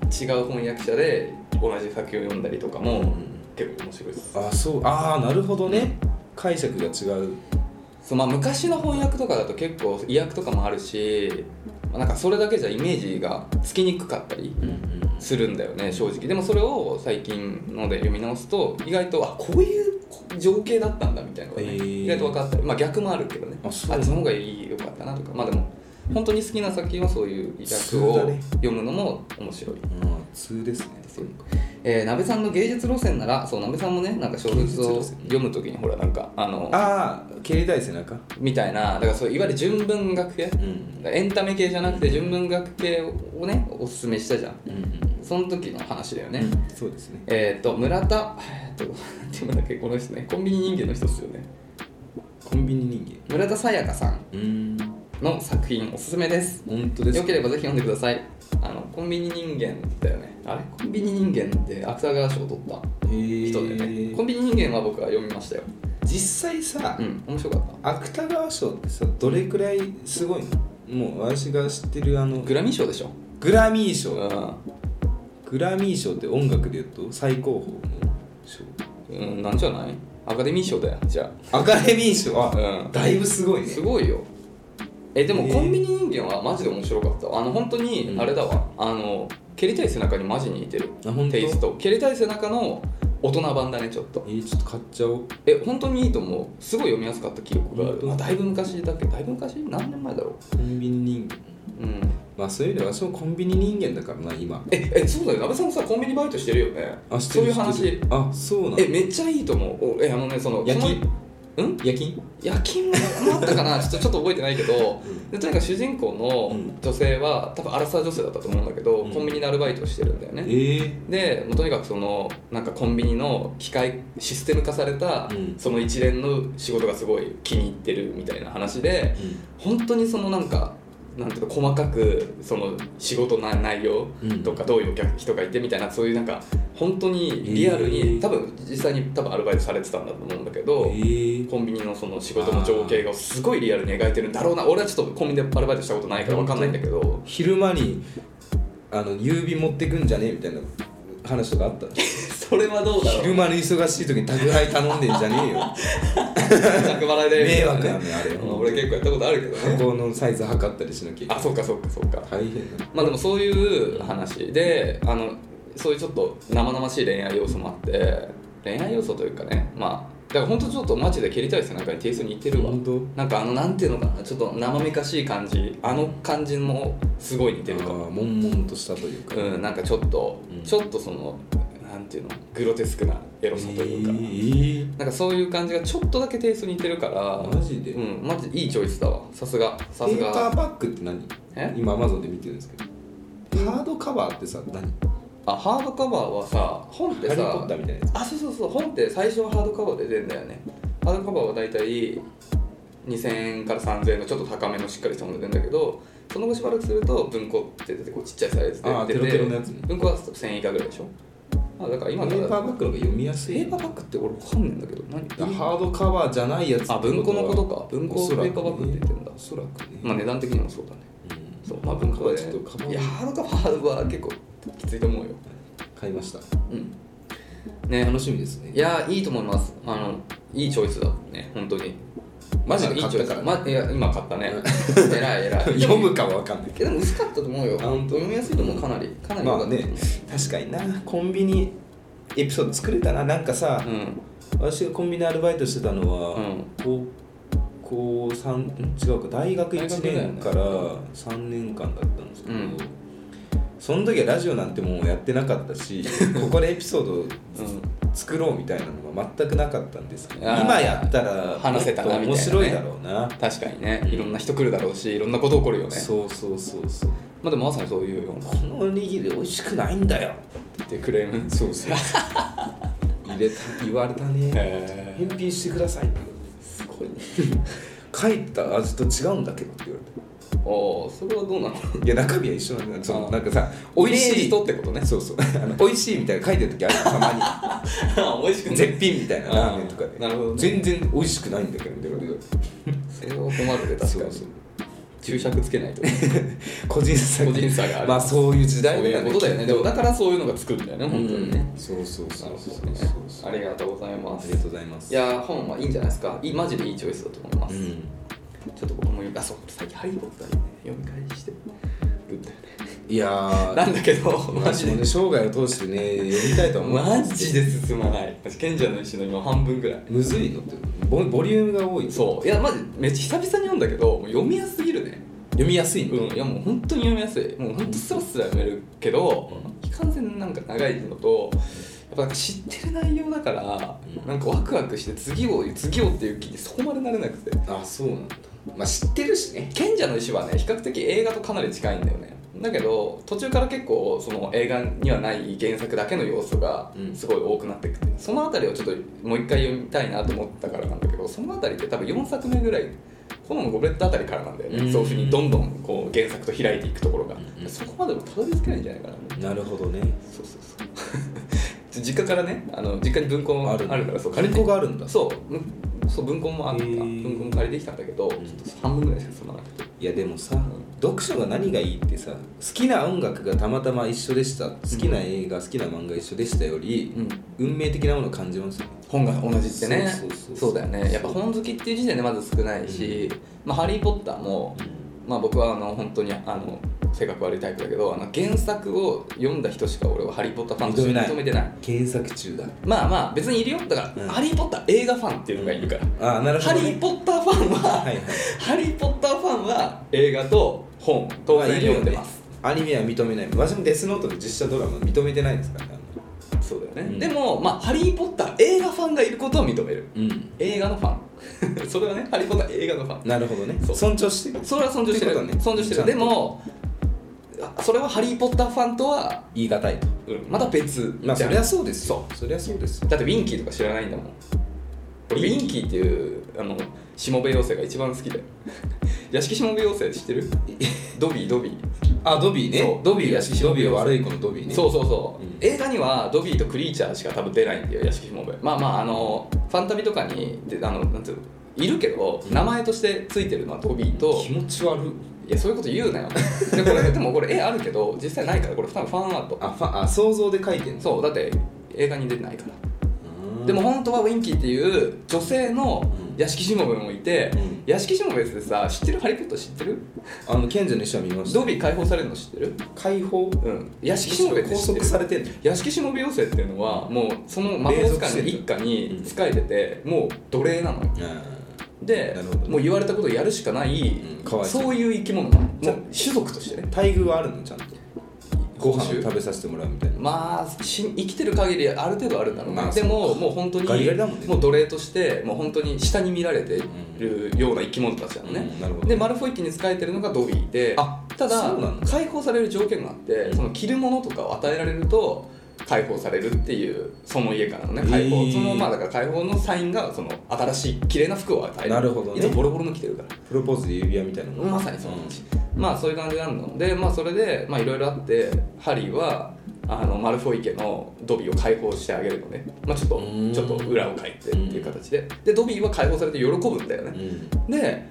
[SPEAKER 2] 違う翻訳者で同じ作品を読んだりとかも
[SPEAKER 1] うん
[SPEAKER 2] 結構面白いです
[SPEAKER 1] あそうああなるほどね解釈が違う
[SPEAKER 2] そうまあ、昔の翻訳とかだと結構意訳とかもあるし、まあなんかそれだけじゃイメージがつきにくかったりするんだよね正直でもそれを最近ので読み直すと意外とあこういう情景だったんだみたいなのがね、
[SPEAKER 1] へー
[SPEAKER 2] 意外と分かったり、まあ、逆もあるけどね
[SPEAKER 1] あそう
[SPEAKER 2] っちの方がいいよかったなとかまあでも本当に好きな作品はそういう意訳
[SPEAKER 1] そうだ
[SPEAKER 2] を
[SPEAKER 1] ね
[SPEAKER 2] 読むのも面白い。
[SPEAKER 1] うん通ですね
[SPEAKER 2] そうえー、鍋さんの芸術路線ならそう鍋さんもねなんか小説
[SPEAKER 1] 芸
[SPEAKER 2] を
[SPEAKER 1] 術路線
[SPEAKER 2] 読む時にほらなんかあの
[SPEAKER 1] ああ蹴りたい背中
[SPEAKER 2] みたいなだからそういわゆる純文学系
[SPEAKER 1] うん
[SPEAKER 2] エンタメ系じゃなくて純文学系をねおすすめしたじゃん
[SPEAKER 1] うんうん
[SPEAKER 2] その時の話だよね、
[SPEAKER 1] うんそうですね
[SPEAKER 2] えっ、ー、と村田えっとなんていうんだっけこの人ねコンビニ人間の人ですよね
[SPEAKER 1] コンビニ人
[SPEAKER 2] 村田沙耶香さん
[SPEAKER 1] 間うん
[SPEAKER 2] の作品おすすめです
[SPEAKER 1] 本当です
[SPEAKER 2] よければぜひ読んでくださいあのコンビニ人間だよねあれコンビニ人間って芥川賞を取った
[SPEAKER 1] へー
[SPEAKER 2] 人だよねコンビニ人間は僕は読みましたよ
[SPEAKER 1] 実際さ
[SPEAKER 2] うん面白かっ
[SPEAKER 1] 芥川賞ってさどれくらいすごいのもう私が知ってるあ
[SPEAKER 2] た
[SPEAKER 1] の
[SPEAKER 2] グラミー賞でしょ
[SPEAKER 1] グラミー
[SPEAKER 2] う
[SPEAKER 1] 賞
[SPEAKER 2] ん
[SPEAKER 1] グラミー賞って音楽で言うと最高峰の賞
[SPEAKER 2] うんなんじゃないアカデミー賞だよじゃ
[SPEAKER 1] アカデミー賞
[SPEAKER 2] あ
[SPEAKER 1] は
[SPEAKER 2] うん
[SPEAKER 1] だいぶすごいね
[SPEAKER 2] すごいよえでも
[SPEAKER 1] えー
[SPEAKER 2] コンビニ人間はマジで面白かったわあの本当に
[SPEAKER 1] うん
[SPEAKER 2] あれだわ、あの蹴りたい背中にマジに似てる
[SPEAKER 1] あ本当
[SPEAKER 2] テイスト蹴りたい背中の大人版だねちょっと
[SPEAKER 1] えーちょっと買っちゃおう
[SPEAKER 2] え本当にいいと思うすごい読みやすかった記憶があ
[SPEAKER 1] 本当
[SPEAKER 2] る、まあ、だいぶ昔だっけどだいぶ昔何年前だろ
[SPEAKER 1] コンビニ人間
[SPEAKER 2] ううん
[SPEAKER 1] まあそういう意味で私もコンビニ人間だからな今
[SPEAKER 2] ええそうだよ安倍さんもさコンビニバイトしてるよね
[SPEAKER 1] あ
[SPEAKER 2] そういう
[SPEAKER 1] 知ってる知っ
[SPEAKER 2] 話
[SPEAKER 1] てるあそうなの
[SPEAKER 2] えめっちゃいいと思うおえあのねその
[SPEAKER 1] 夜
[SPEAKER 2] その
[SPEAKER 1] 勤
[SPEAKER 2] うん
[SPEAKER 1] 夜勤
[SPEAKER 2] 夜勤もあったかな ちょっとちょっと覚えてないけど
[SPEAKER 1] うん
[SPEAKER 2] でとにかく主人公
[SPEAKER 1] うん
[SPEAKER 2] の女性は多分アラサー女性だったと思うんだけど、
[SPEAKER 1] うん
[SPEAKER 2] コンビニでアルバイトをしてるんだよね
[SPEAKER 1] え
[SPEAKER 2] でもうとにかくそのなんかコンビニの機械システム化された、
[SPEAKER 1] うん
[SPEAKER 2] その一連の仕事がすごい気に入ってるみたいな話で
[SPEAKER 1] ー
[SPEAKER 2] 本当にそのなんかなんていうか細かくその仕事の内容
[SPEAKER 1] うん
[SPEAKER 2] とかどういうお客人がいてみたいなそういうなんか本当にリアル
[SPEAKER 1] え
[SPEAKER 2] に
[SPEAKER 1] ー
[SPEAKER 2] 多分実際に多分アルバイトされてたんだと思うんだけど
[SPEAKER 1] えー
[SPEAKER 2] コンビニのその仕事の情景がすごいリアルに描いてるんだろうな俺はちょっとコンビニでアルバイトしたことないから分かんないんだけど
[SPEAKER 1] 昼間にあの郵便持ってくんじゃねえみたいな話とかあった
[SPEAKER 2] それはどうだろ
[SPEAKER 1] 昼
[SPEAKER 2] う
[SPEAKER 1] 間の忙しい時に宅配頼んでんじゃねえよ
[SPEAKER 2] 着払いで
[SPEAKER 1] 迷惑やねあれ
[SPEAKER 2] うん俺結構やったことあるけどね
[SPEAKER 1] 箱のサイズ測ったりしなきゃいけな
[SPEAKER 2] あ
[SPEAKER 1] い
[SPEAKER 2] そうかそうかそうか
[SPEAKER 1] 大変だ
[SPEAKER 2] まあでもそういう話であのそういうちょっと生々しい恋愛要素もあって恋愛要素というかねまあだから本当ちょっとマジで蹴りたいですなんかにテイスト似てるわ
[SPEAKER 1] 本当
[SPEAKER 2] なんかあのなんていうのかなちょっと生めかしい感じあの感じもすごい似てるか
[SPEAKER 1] あ
[SPEAKER 2] も
[SPEAKER 1] ー悶々としたというか
[SPEAKER 2] うんなんかちょっと、
[SPEAKER 1] うん
[SPEAKER 2] ちょっとそのなんていうのグロテスクなエロさというか、
[SPEAKER 1] えー
[SPEAKER 2] なんかそういう感じがちょっとだけテイスト似てるから
[SPEAKER 1] マジで
[SPEAKER 2] うんマジでいいチョイスだわさすがさ
[SPEAKER 1] ペ
[SPEAKER 2] す
[SPEAKER 1] ーパー
[SPEAKER 2] が
[SPEAKER 1] バッグって何
[SPEAKER 2] え
[SPEAKER 1] 今 Amazon で見てるんですけどハードカバーってさ何
[SPEAKER 2] あハードカバーはさ本って
[SPEAKER 1] ハリー・ポッ
[SPEAKER 2] さ
[SPEAKER 1] ターみたいなやつ
[SPEAKER 2] あそうそうそう本って最初はハードカバーで出るんだよねハードカバーはだいたい2000円から3000円のちょっと高めのしっかりしたもので出るんだけどその後しばらくすると文庫って出てこうちっちゃいサイズで
[SPEAKER 1] あー
[SPEAKER 2] 出て
[SPEAKER 1] テロテロのやつね
[SPEAKER 2] 文庫は1000円以下ぐらいでしょあだから今
[SPEAKER 1] ペ
[SPEAKER 2] だ
[SPEAKER 1] ーパーバッグの方が読みやす
[SPEAKER 2] ペ
[SPEAKER 1] い
[SPEAKER 2] ーパーバッグって俺わかんないんだけど何
[SPEAKER 1] だからハードカバーじゃないやつって
[SPEAKER 2] あ
[SPEAKER 1] は
[SPEAKER 2] 文庫のことか文庫
[SPEAKER 1] おそらくね
[SPEAKER 2] ペーパーバッグって言ってんだ
[SPEAKER 1] おそらくね
[SPEAKER 2] まあ値段的にもそうだね
[SPEAKER 1] うん
[SPEAKER 2] そうまあ文庫は
[SPEAKER 1] ちょっとカバン
[SPEAKER 2] いやハードカバーは結構きついと思うよ
[SPEAKER 1] 買いました
[SPEAKER 2] うんね
[SPEAKER 1] 楽しみですね
[SPEAKER 2] いやいいと思いますあのいいチョイスだね本当に
[SPEAKER 1] マジで
[SPEAKER 2] いい
[SPEAKER 1] 買っ
[SPEAKER 2] チョ
[SPEAKER 1] た
[SPEAKER 2] イス
[SPEAKER 1] から
[SPEAKER 2] ま、いや今買ったね偉い偉 い
[SPEAKER 1] 読むかは分かんないけ
[SPEAKER 2] えでも薄かったと思うよ
[SPEAKER 1] あ本当
[SPEAKER 2] 読みやすいと思うかなりか
[SPEAKER 1] ど
[SPEAKER 2] なり良
[SPEAKER 1] ま
[SPEAKER 2] か
[SPEAKER 1] あ
[SPEAKER 2] ったと思う
[SPEAKER 1] ね確かになコンビニエピソード作れたななんかさ、
[SPEAKER 2] うん
[SPEAKER 1] 私がコンビニアルバイトしてたのは、
[SPEAKER 2] うん
[SPEAKER 1] 高高3ん違うか大学
[SPEAKER 2] 大
[SPEAKER 1] 1
[SPEAKER 2] 学だよ
[SPEAKER 1] 年
[SPEAKER 2] ね
[SPEAKER 1] から3年間だったんですけど、
[SPEAKER 2] うん
[SPEAKER 1] その時はラジオなんてもうやってなかった しここでエピソードを作ろうみたいなのが全くなかったんですけど
[SPEAKER 2] あー
[SPEAKER 1] 今やったら
[SPEAKER 2] 話せたなみたいなね
[SPEAKER 1] もっと面白いだろうな
[SPEAKER 2] 確かにねいろんな人来るだろうしいろんなこと起こるよね
[SPEAKER 1] そうそうそうそう
[SPEAKER 2] まあでもまさにそういうよ
[SPEAKER 1] このおにぎり美味しくないんだよ
[SPEAKER 2] ってクレーム
[SPEAKER 1] そうそう入れた言われたね
[SPEAKER 2] へ
[SPEAKER 1] 返品してくださいって言われて
[SPEAKER 2] すごいね
[SPEAKER 1] 書いた味と違うんだけどって言われ
[SPEAKER 2] おおそれはどうなの
[SPEAKER 1] ていや中身は一緒なんだその
[SPEAKER 2] あー
[SPEAKER 1] なんかさ
[SPEAKER 2] 美
[SPEAKER 1] 美
[SPEAKER 2] 味
[SPEAKER 1] 味
[SPEAKER 2] し
[SPEAKER 1] し
[SPEAKER 2] い
[SPEAKER 1] い
[SPEAKER 2] 人ってことね
[SPEAKER 1] そうそうあの美味しいみたいな書いてる時あるたま
[SPEAKER 2] 美味し
[SPEAKER 1] に絶品みたいなラーメンとか
[SPEAKER 2] あ
[SPEAKER 1] で
[SPEAKER 2] ーなるほどね
[SPEAKER 1] 全然美味しくないんだけどみたいなこと言わ
[SPEAKER 2] それは困る
[SPEAKER 1] れて
[SPEAKER 2] ね確かに
[SPEAKER 1] そうそう
[SPEAKER 2] 注釈つけないと
[SPEAKER 1] 個人差
[SPEAKER 2] 個人差がある
[SPEAKER 1] まあそういう 時
[SPEAKER 2] そう
[SPEAKER 1] 代
[SPEAKER 2] いうことだよねでもだからそういうのがつくんだよね本当にね、
[SPEAKER 1] そうそうそうそうそう
[SPEAKER 2] なるほどねありがとうございま
[SPEAKER 1] あ
[SPEAKER 2] す
[SPEAKER 1] りがとうございます
[SPEAKER 2] いやー本はいいんじゃないですかいいマジでいいチョイスだと思いま
[SPEAKER 1] う
[SPEAKER 2] す、ち
[SPEAKER 1] ん
[SPEAKER 2] ょっと僕も読みあそう最近ハリー・ポッターね読み返してるんだよね
[SPEAKER 1] いやー
[SPEAKER 2] なんだけど マ
[SPEAKER 1] 私
[SPEAKER 2] ジ
[SPEAKER 1] も
[SPEAKER 2] で
[SPEAKER 1] ね生涯を通してね読みたいとは思う
[SPEAKER 2] マジで進まない私賢者の石の今半分ぐらい
[SPEAKER 1] むずいのってボボリュームが多い
[SPEAKER 2] そういやマジめっちゃ久々に読んだけどもう読みやすすぎるね
[SPEAKER 1] 読みやすいの、
[SPEAKER 2] うんいやもう本当に読みやすいもう本当スラスラ読めるけどいかんせんなんか長いのとやっぱなんか知ってる内容だから
[SPEAKER 1] うん
[SPEAKER 2] なんかワクワクして次を次をっていう気にそこまでなれなくて
[SPEAKER 1] あそうなんだまあ知ってるしね
[SPEAKER 2] 賢者の石はね比較的映画とかなり近いんだよねだけど途中から結構その映画にはない原作だけの要素が
[SPEAKER 1] うん
[SPEAKER 2] すごい多くなってきて、その辺りをちょっともう一回読みたいなと思ったからなんだけどその辺りって多分4作目ぐらいこのゴブレットあたりからなんだよね、
[SPEAKER 1] うん
[SPEAKER 2] そういうふうにどんどんこう原作と開いていくところが、
[SPEAKER 1] うん
[SPEAKER 2] そこまでもたどり着けないんじゃないかな
[SPEAKER 1] なるほどね
[SPEAKER 2] そうそうそう 実家からねあの実家に文庫あるからそう
[SPEAKER 1] 借り子があるんだ
[SPEAKER 2] そうむそう文庫もあった
[SPEAKER 1] へー
[SPEAKER 2] 文庫も借りてきたんだけど、ちょっと半分ぐらいしか進まなくて
[SPEAKER 1] いやでもさ読書が何がいいってさ好きな音楽がたまたま一緒でした好きな映画、好きな漫画一緒でしたより、
[SPEAKER 2] うん
[SPEAKER 1] 運命的なものを感じますよね
[SPEAKER 2] 本が同じってね
[SPEAKER 1] そうそうそう
[SPEAKER 2] そうだよねやっぱ本好きっていう時点でまず少ないし「まあ、ハリー・ポッターも」まあ、僕はあの本当にあの性格悪いタイプだけどあの原作を読んだ人しか俺は「ハリー・ポッター」ファンとして認めてない
[SPEAKER 1] 検索中だ
[SPEAKER 2] まあまあ別にいるよだから「
[SPEAKER 1] うん
[SPEAKER 2] ハリー・ポッター」映画ファンっていうのがいるから「
[SPEAKER 1] ああなるほ
[SPEAKER 2] ハ
[SPEAKER 1] ど、
[SPEAKER 2] リ
[SPEAKER 1] ね、
[SPEAKER 2] ー・ポッター」ファンは、
[SPEAKER 1] はいはい
[SPEAKER 2] ハリー・ポッターファンは映画と本当然読んでます、
[SPEAKER 1] アニメは認めない私もデスノートの実写ドラマ認めてないですからね
[SPEAKER 2] そうだよね、
[SPEAKER 1] うん
[SPEAKER 2] でも、まあ、ハリー・ポッター映画ファンがいることは認める
[SPEAKER 1] うん
[SPEAKER 2] 映画のファン それはねハリー・ポッター映画のファン
[SPEAKER 1] なるほどね
[SPEAKER 2] そう
[SPEAKER 1] 尊重してる
[SPEAKER 2] それは尊重して
[SPEAKER 1] って
[SPEAKER 2] る、
[SPEAKER 1] ことね
[SPEAKER 2] 尊重して
[SPEAKER 1] ちゃ
[SPEAKER 2] る
[SPEAKER 1] んと
[SPEAKER 2] でもあそれはハリー・ポッターファンとは、
[SPEAKER 1] 言い難いと
[SPEAKER 2] うんまた別
[SPEAKER 1] まあ
[SPEAKER 2] じゃ
[SPEAKER 1] そ
[SPEAKER 2] ん
[SPEAKER 1] りゃそうですよ
[SPEAKER 2] そ
[SPEAKER 1] そりゃそうですよ
[SPEAKER 2] だってウィンキーとか知らないんだもん俺ウィンキーっていうあのしもべ妖精が一番好きだよ 屋敷しもべ妖精知ってるドビードビー
[SPEAKER 1] あドビー
[SPEAKER 2] そう
[SPEAKER 1] ねドビー
[SPEAKER 2] 屋
[SPEAKER 1] が
[SPEAKER 2] 敷
[SPEAKER 1] ドビーは悪い子のドビーね
[SPEAKER 2] そうそうそう、
[SPEAKER 1] うん
[SPEAKER 2] 映画にはドビーとクリーチャーしか多分出ないんだよ屋敷しもべまあまああのファンタビとかにであのなんていうのいるけど名前としてついてるのはドビーと
[SPEAKER 1] 気持ち悪い
[SPEAKER 2] いやそういうこと言うなよでこれで もこれ絵あるけど実際ないからこれ多分ファンアート
[SPEAKER 1] あファンあ想像で書いてんの
[SPEAKER 2] そうだって映画に出てないから
[SPEAKER 1] うん
[SPEAKER 2] でも本当はウィンキーっていう女性の
[SPEAKER 1] うん
[SPEAKER 2] 屋敷しもべもいて、
[SPEAKER 1] うん
[SPEAKER 2] 屋敷しもべってさ知ってるハリー・ポッター知ってる
[SPEAKER 1] あの賢者の石は見ました
[SPEAKER 2] ドビー解放されるの知ってる
[SPEAKER 1] 解放
[SPEAKER 2] うん屋敷しもべって
[SPEAKER 1] 拘
[SPEAKER 2] 知っ
[SPEAKER 1] 束
[SPEAKER 2] てる
[SPEAKER 1] されてんの
[SPEAKER 2] 屋敷しもべ妖精っていうのはもうその魔法使いの一家に仕えててもう奴隷なのよで
[SPEAKER 1] なるほどね
[SPEAKER 2] もう言われたことをやるしかない、
[SPEAKER 1] うんかわいそう
[SPEAKER 2] そういう生き物なのもう
[SPEAKER 1] じゃあ
[SPEAKER 2] 種族としてね
[SPEAKER 1] 待遇はあるのちゃんとご飯
[SPEAKER 2] 報酬
[SPEAKER 1] を食べさせてもらうみたいな
[SPEAKER 2] まあし生きてる限りある程度あるんだろうね、
[SPEAKER 1] まあ
[SPEAKER 2] でももう本当に
[SPEAKER 1] ガリガリだもんね
[SPEAKER 2] もう奴隷としてもう本当に下に見られてるような生き物たちなのね、
[SPEAKER 1] うんなるほど
[SPEAKER 2] でマルフォイ家に仕えてるのがドビーで
[SPEAKER 1] あ
[SPEAKER 2] ただ
[SPEAKER 1] そうなの
[SPEAKER 2] 解放される条件があって、
[SPEAKER 1] うん
[SPEAKER 2] その着るものとかを与えられると解放されるっていうその家からのね解放、
[SPEAKER 1] へー
[SPEAKER 2] そのまあだから解放のサインがその新しい綺麗な服を与える
[SPEAKER 1] なるほどね
[SPEAKER 2] いつもボロボロの着てるから
[SPEAKER 1] プロポーズで指輪みたいなもん
[SPEAKER 2] まさにその話、まあそういう感じなのでまあそれでまあいろいろあってハリーはあのマルフォイ家のドビーを解放してあげるのね、まあ、ちょっと
[SPEAKER 1] うーん
[SPEAKER 2] ちょっと裏を返ってっていう形ででドビーは解放されて喜ぶんだよ
[SPEAKER 1] う
[SPEAKER 2] ね
[SPEAKER 1] ん
[SPEAKER 2] で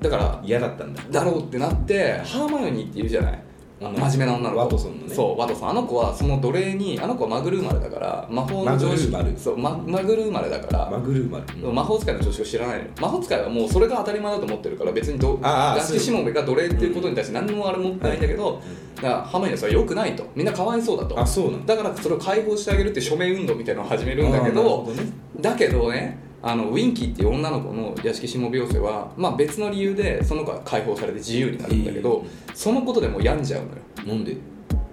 [SPEAKER 2] だから
[SPEAKER 1] 嫌だったんだ
[SPEAKER 2] だろうってなってハーマヨニーっているじゃない
[SPEAKER 1] うん
[SPEAKER 2] 真面目な女の子
[SPEAKER 1] ワトソンのね
[SPEAKER 2] そうワトソンあの子はその奴隷にあの子はマグルーマルだから魔法の常識
[SPEAKER 1] マグルーマル
[SPEAKER 2] そうママグルーマルだから
[SPEAKER 1] マグルーマル
[SPEAKER 2] 魔法使いの常識を知らないの魔法使いはもうそれが当たり前だと思ってるから別にど
[SPEAKER 1] ああ
[SPEAKER 2] ガスシモベが奴隷っていうことに対して何もあれ持ってないんだけど、だからハマイのそれは良くないとみんなかわいそうだと
[SPEAKER 1] あそうなんだ
[SPEAKER 2] だからそれを解放してあげるっていう署名運動みたいなのを始めるんだけ
[SPEAKER 1] あーなるほ
[SPEAKER 2] ど
[SPEAKER 1] どね
[SPEAKER 2] だけどねあのウィンキーっていう女の子の屋敷しもべ妖精は、まあ、別の理由でその子は解放されて自由になるんだけど、そのことでもう病んじゃうのよ
[SPEAKER 1] なんで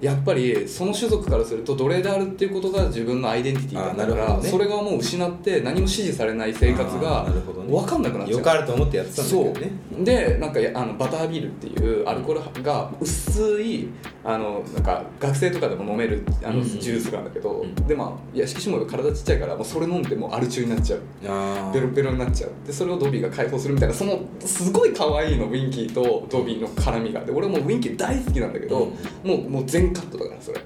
[SPEAKER 2] やっぱりその種族からすると奴隷であるっていうことが自分のアイデンティティだったか
[SPEAKER 1] あなる
[SPEAKER 2] ら、
[SPEAKER 1] ほどね
[SPEAKER 2] それがもう失って何も支持されない生活が
[SPEAKER 1] あーなるほどね
[SPEAKER 2] 分かんなくなっちゃう
[SPEAKER 1] よくあると思ってやってたんだけ
[SPEAKER 2] そ
[SPEAKER 1] ど
[SPEAKER 2] う
[SPEAKER 1] ね
[SPEAKER 2] でなんかやあのバタービールっていうアルコールが薄いあのなんか学生とかでも飲めるあ
[SPEAKER 1] うん
[SPEAKER 2] の
[SPEAKER 1] うん
[SPEAKER 2] ジュースがあるんだけど、
[SPEAKER 1] うん
[SPEAKER 2] でまあ屋敷しもべ体ちっちゃいからもうそれ飲んでもうアル中になっちゃう
[SPEAKER 1] あ
[SPEAKER 2] ベロベロになっちゃうでそれをドビーが解放するみたいなそのすごい可愛いのウィンキーとドビーの絡みがで俺もうウィンキー大好きなんだけど、もうもう全カットだからそれ。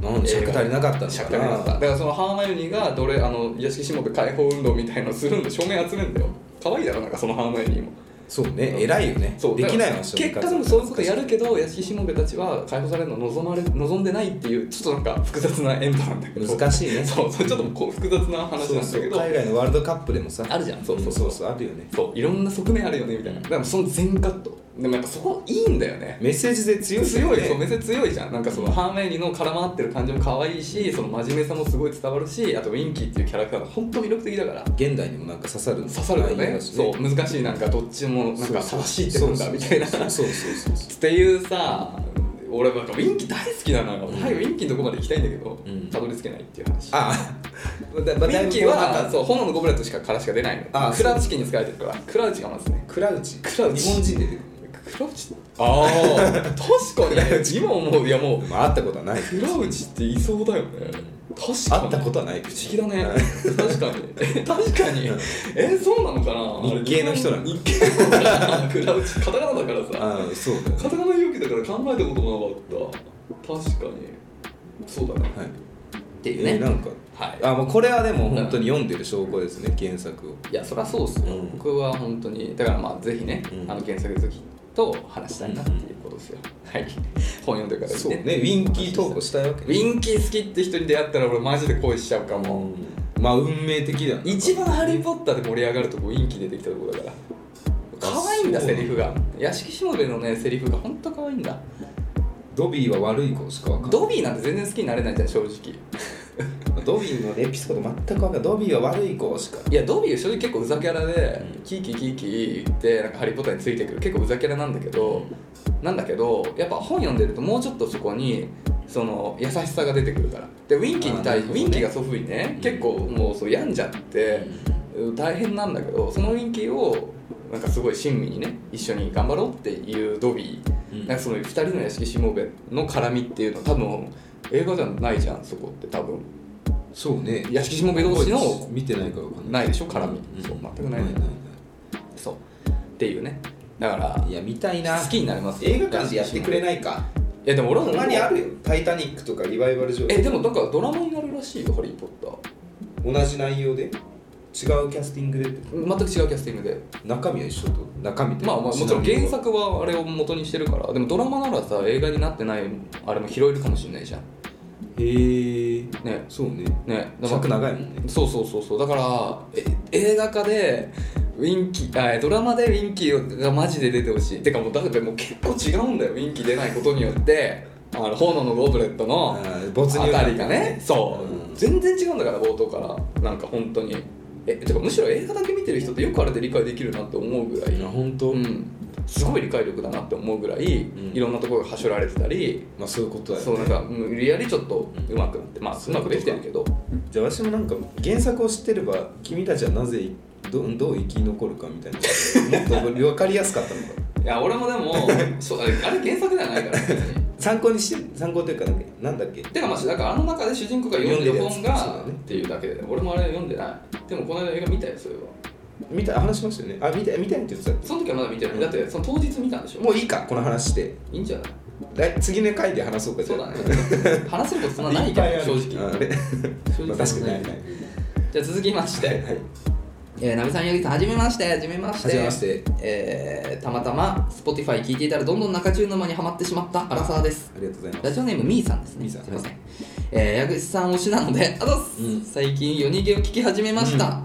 [SPEAKER 1] あなんで尺足りなかったんだ
[SPEAKER 2] 尺足りなかっただからそのハーマイオニーがどれあの屋敷しもべ解放運動みたいのするんで署名集めんだよ可愛いだろなんかそのハーマイオニーも
[SPEAKER 1] そうね偉いよね
[SPEAKER 2] そう
[SPEAKER 1] できない
[SPEAKER 2] だから
[SPEAKER 1] わ
[SPEAKER 2] 結果でもそういうことやるけど屋敷しもべたちは解放されるのを望まれ望んでないっていうちょっとなんか複雑なエンドなんだけど
[SPEAKER 1] 難しいね
[SPEAKER 2] そうそうちょっとこう複雑な話
[SPEAKER 1] そ
[SPEAKER 2] な
[SPEAKER 1] うん
[SPEAKER 2] だ
[SPEAKER 1] そ
[SPEAKER 2] け
[SPEAKER 1] う
[SPEAKER 2] ど
[SPEAKER 1] 海外のワールドカップでもさ
[SPEAKER 2] あるじゃんそうそう
[SPEAKER 1] そうそうあるよね
[SPEAKER 2] そういろんな側面あるよねみたいなだからその全カットでもやっぱそこいいんだよね
[SPEAKER 1] メッセージで強いよ
[SPEAKER 2] 強い
[SPEAKER 1] ね
[SPEAKER 2] そうめっちゃ強いじゃんなんかそのハーメイニの絡まってる感じも可愛いしその真面目さもすごい伝わるしあとウィンキーっていうキャラクターが本当魅力的だから
[SPEAKER 1] 現代にもなんか刺さる
[SPEAKER 2] 刺さるよね
[SPEAKER 1] 内容だし
[SPEAKER 2] そう難しいなんかどっちもなんか正しいってなんだみたいな
[SPEAKER 1] そうそうそうそう
[SPEAKER 2] っていうさ俺なんかウィンキー大好きなのよ、
[SPEAKER 1] うん
[SPEAKER 2] 早くウィンキーのとこまで行きたいんだけど、
[SPEAKER 1] うん
[SPEAKER 2] たどり着けないっていう話
[SPEAKER 1] ああだ
[SPEAKER 2] ウィンキーは
[SPEAKER 1] そう
[SPEAKER 2] そう炎のゴブレットしかからしか出ないの
[SPEAKER 1] あ
[SPEAKER 2] クラウチ家に使えてるからクラウチがまずね
[SPEAKER 1] クラウチ
[SPEAKER 2] クラウチ
[SPEAKER 1] 日本人出てくる
[SPEAKER 2] クラウチああ確かに今思ういやもう
[SPEAKER 1] まあ会ったこと はない
[SPEAKER 2] クラウチっていそうだよね確かに
[SPEAKER 1] 会ったことはない不
[SPEAKER 2] 不思議だね確かに確かにえそうなのかな
[SPEAKER 1] 日系の人なの
[SPEAKER 2] 日系の人だなクラウチカタカナだからさ
[SPEAKER 1] ああそうだ
[SPEAKER 2] カタカナ勇気だから考えたこともなかった確かにそうだね
[SPEAKER 1] はい
[SPEAKER 2] っていう
[SPEAKER 1] え
[SPEAKER 2] ね、
[SPEAKER 1] なんか
[SPEAKER 2] はい
[SPEAKER 1] あもうこれはでも本当に読んでる証拠ですね原作を
[SPEAKER 2] いやそりゃそうっすよ、
[SPEAKER 1] うん
[SPEAKER 2] 僕は本当にだからまあぜひね、
[SPEAKER 1] うん
[SPEAKER 2] あの原作好きと話したいなっていうことですよ、はい本読んでるから
[SPEAKER 1] そうねウィンキー投稿したいわけ
[SPEAKER 2] ウィンキー好きって人に出会ったら俺マジで恋しちゃうか
[SPEAKER 1] う
[SPEAKER 2] も、
[SPEAKER 1] んまあ運命的だな
[SPEAKER 2] 一番「ハリー・ポッター」で盛り上がるとこウィンキー出てきたとこだから可愛いんだ
[SPEAKER 1] そう
[SPEAKER 2] セリフが屋敷しもべのねセリフが本当可愛いんだ
[SPEAKER 1] ドビーは悪い子しかわかんない
[SPEAKER 2] ドビーなんて全然好きになれないじゃん正直
[SPEAKER 1] ドビーのエピソード全くわかんないドビーは悪い子しか
[SPEAKER 2] いやドビー正直結構うざキャラで、
[SPEAKER 1] うん
[SPEAKER 2] キーキーキーキー言ってなんかハリー・ポッターについてくる結構うざキャラなんだけどなんだけどやっぱ本読んでるともうちょっとそこにその優しさが出てくるからでウィンキーに対し
[SPEAKER 1] あーなるほ
[SPEAKER 2] ウ
[SPEAKER 1] どね
[SPEAKER 2] ィンキーがそういうふうにね結構もうそう病んじゃって大変なんだけどそのウィンキーをなんかすごい親身にね一緒に頑張ろうっていうドビー
[SPEAKER 1] うん
[SPEAKER 2] なんかその2人の屋敷しもべの絡みっていうのは多分映画じゃないじゃんそこって多分
[SPEAKER 1] そうね
[SPEAKER 2] 屋敷しもべ同士の
[SPEAKER 1] 見てないからわかんない
[SPEAKER 2] ないでしょ絡み、
[SPEAKER 1] うん
[SPEAKER 2] そう全くない、
[SPEAKER 1] ない
[SPEAKER 2] そうっていうねだから
[SPEAKER 1] いや見たいな
[SPEAKER 2] 好きになります
[SPEAKER 1] 映画館でやってくれ
[SPEAKER 2] い
[SPEAKER 1] ないか
[SPEAKER 2] やでも俺
[SPEAKER 1] ほ
[SPEAKER 2] も
[SPEAKER 1] んまにあるよ「タイタニック」とかリバイバル上映
[SPEAKER 2] えでもなんかドラマになるらしいよ「ハリー・ポッター
[SPEAKER 1] 同じ内容で違うキャスティングで」
[SPEAKER 2] 全く違うキャスティングで
[SPEAKER 1] 中身は一緒と中身って
[SPEAKER 2] まあまあもちろん原作はあれを元にしてるからでもドラマならさ映画になってないあれも拾えるかもしれないじゃん
[SPEAKER 1] へえ
[SPEAKER 2] ね
[SPEAKER 1] そうね
[SPEAKER 2] ねだから
[SPEAKER 1] 尺長いもんね
[SPEAKER 2] そうそうそうそうだからえ映画化でウィンキーあえドラマでウィンキーがマジで出てほしいてかもうだってもう結構違うんだよウィンキー出ないことによってあの炎のゴブレットの
[SPEAKER 1] ー
[SPEAKER 2] 没入たりがねそう、
[SPEAKER 1] うん
[SPEAKER 2] 全然違うんだから冒頭からなんか本当にえてかむしろ映画だけ見てる人ってよくあれで理解できるなって思うぐらい
[SPEAKER 1] いや本当、
[SPEAKER 2] うん、すごい理解力だなって思うぐらい、
[SPEAKER 1] ん
[SPEAKER 2] いろんなところがはしょられてたり、
[SPEAKER 1] まあそういうことだよ、ね、
[SPEAKER 2] そうなんか無理やりちょっとうまくなってまあう
[SPEAKER 1] そうい
[SPEAKER 2] ま
[SPEAKER 1] うこ
[SPEAKER 2] く
[SPEAKER 1] とか
[SPEAKER 2] できてるけど
[SPEAKER 1] じゃあ私もなんか原作を知ってれば君たちはなぜどどう生き残るかみたいなもっと分かりやすかったのか
[SPEAKER 2] いや俺もでもそうあれ原作ではないから別に
[SPEAKER 1] 参考にして参考というかなんだっけなんだっけ
[SPEAKER 2] てかまあだからあの中で主人公が読んでる本
[SPEAKER 1] 読んでるやつ
[SPEAKER 2] が
[SPEAKER 1] そうだね
[SPEAKER 2] っていうだけで俺もあれ読んでないでもこの間映画見たよそれは
[SPEAKER 1] 見た話しましたよねあ見た見たいって言ってたっ
[SPEAKER 2] その時はまだ見て
[SPEAKER 1] う
[SPEAKER 2] る
[SPEAKER 1] ん
[SPEAKER 2] だってその当日見たんでし
[SPEAKER 1] け
[SPEAKER 2] ょ
[SPEAKER 1] もういいかこの話して
[SPEAKER 2] いいんじゃない
[SPEAKER 1] 来次の回で話そうかじ
[SPEAKER 2] そ
[SPEAKER 1] ゃ
[SPEAKER 2] う
[SPEAKER 1] あ
[SPEAKER 2] だね話せることそんなないけど
[SPEAKER 1] っぱある
[SPEAKER 2] 正直
[SPEAKER 1] うんね
[SPEAKER 2] 正
[SPEAKER 1] ま
[SPEAKER 2] 直
[SPEAKER 1] あ確かにないない
[SPEAKER 2] じゃあ続きまして、
[SPEAKER 1] はい
[SPEAKER 2] えー、ナミさん、ヤギさん、はじめまして、はじめまして、
[SPEAKER 1] はじめまして
[SPEAKER 2] えーたまたま Spotify 聞いていたら、どんどん中中沼にはまってしまった荒沢です。
[SPEAKER 1] ありがとうございます
[SPEAKER 2] ラジオネーム、みーさんですね。
[SPEAKER 1] みーさん
[SPEAKER 2] すいません。えー、矢口さん推しなので、あざっす、
[SPEAKER 1] うん
[SPEAKER 2] 最近、夜逃げを聞き始めました。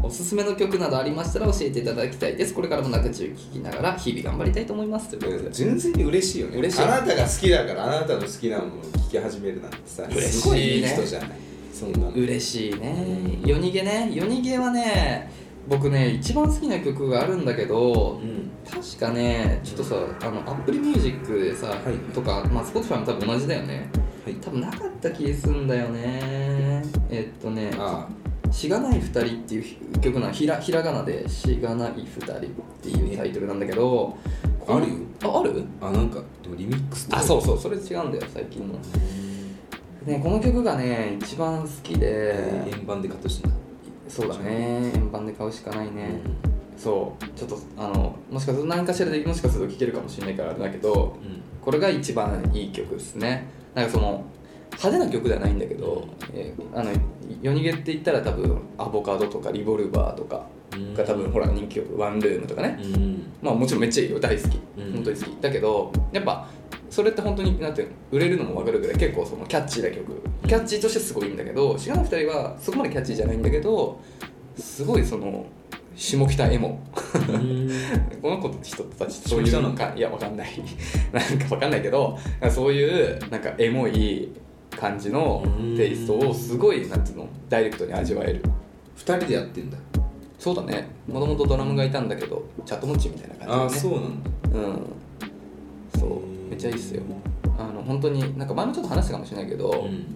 [SPEAKER 2] おすすめの曲などありましたら教えていただきたいです。これからも中中聞きながら日々頑張りたいと思います。ということで
[SPEAKER 1] 純粋に嬉しいよね
[SPEAKER 2] 嬉しい
[SPEAKER 1] あなたが好きだからあなたの好きなものを聞き始めるなんてさ
[SPEAKER 2] 嬉しいね
[SPEAKER 1] すごいいい人じゃないそんなの
[SPEAKER 2] 嬉しいね
[SPEAKER 1] うん
[SPEAKER 2] 夜逃げね夜逃げはね僕ね一番好きな曲があるんだけど
[SPEAKER 1] うん
[SPEAKER 2] 確かねちょっとさあのアップルミュージックでさ、
[SPEAKER 1] はい
[SPEAKER 2] とか、まあ、Spotify も多分同じだよね
[SPEAKER 1] はい
[SPEAKER 2] 多分なかった気すんだよねえっとね
[SPEAKER 1] あ
[SPEAKER 2] 「しがない二人」っていう曲なのひらひらがなで「しがない二人」っていうタイトルなんだけど
[SPEAKER 1] あるよ
[SPEAKER 2] あある
[SPEAKER 1] あなんかでもリミックスとか
[SPEAKER 2] あそうそうそれ違うんだよ最近のねこの曲がね一番好きで
[SPEAKER 1] 円盤でカットしてんだ
[SPEAKER 2] そうだね円盤で買うしかないね、そうちょっとあのもしかすると何かしらでもしかすると聴けるかもしれないからあれだけど
[SPEAKER 1] うん
[SPEAKER 2] これが一番いい曲ですねなんかその派手な曲ではないんだけど、えーあの夜逃げって言ったら多分アボカドとかリボルバーとかが多分ほら人気曲「ワンルーム」とかね
[SPEAKER 1] うん
[SPEAKER 2] まあもちろんめっちゃいいよ大好き、
[SPEAKER 1] うん
[SPEAKER 2] 本当に好きだけどやっぱそれって本当になんていうの売れるのも分かるぐらい結構そのキャッチーな曲キャッチーとしてすごいいいんだけどしがない2人はそこまでキャッチーじゃないんだけどすごいその下北エモ この子たちたちそういう
[SPEAKER 1] 下北な
[SPEAKER 2] の
[SPEAKER 1] の
[SPEAKER 2] かいや分かんない なんか分かんないけどなんかそういうなんかエモい感じの
[SPEAKER 1] うん
[SPEAKER 2] テイストをすごいなんていうのダイレクトに味わえる
[SPEAKER 1] 二人でやってんだ
[SPEAKER 2] そうだねもともとドラムがいたんだけどチャットモッチみたいな感じ
[SPEAKER 1] あそ
[SPEAKER 2] だね
[SPEAKER 1] うなんだ
[SPEAKER 2] うんそう
[SPEAKER 1] へー
[SPEAKER 2] めっちゃいいっすよあの本当になんか前もちょっと話したかもしれないけど、
[SPEAKER 1] ん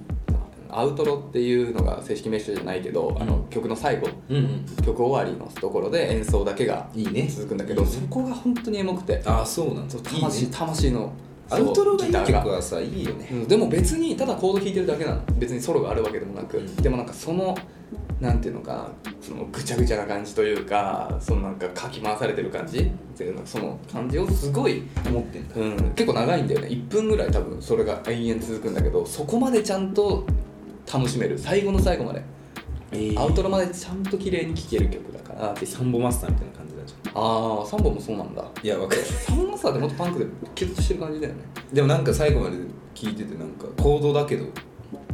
[SPEAKER 2] アウトロっていうのが正式名称じゃないけど、あの曲の最後
[SPEAKER 1] うん
[SPEAKER 2] 曲終わりのところで演奏だけが
[SPEAKER 1] いいね
[SPEAKER 2] 続くんだけど、そこが本当にエモくて
[SPEAKER 1] あそうなんだ
[SPEAKER 2] そう
[SPEAKER 1] いい
[SPEAKER 2] 魂
[SPEAKER 1] ね
[SPEAKER 2] 魂の
[SPEAKER 1] アウトロがいい
[SPEAKER 2] そうギター
[SPEAKER 1] 曲はさいいよね
[SPEAKER 2] うんでも別にただコード弾いてるだけなの別にソロがあるわけでもなく、
[SPEAKER 1] うん
[SPEAKER 2] でもなんかそのなんていうのかそのぐちゃぐちゃな感じというかそのなんかかき回されてる感じっていうのその感じをすごい
[SPEAKER 1] 思ってんだ
[SPEAKER 2] うん、結構長いんだよね1分ぐらい多分それが延々続くんだけどそこまでちゃんと楽しめる最後の最後までアウトロまでちゃんと綺麗に聴ける曲だから
[SPEAKER 1] えサンボマスターみたいな感じだじゃ
[SPEAKER 2] ああサンボもそうなんだ
[SPEAKER 1] んいやわかる
[SPEAKER 2] サンボマスターってもっとパンクでキュッとしてる感じだよね
[SPEAKER 1] でもなんか最後まで聞いててなんか行動だけど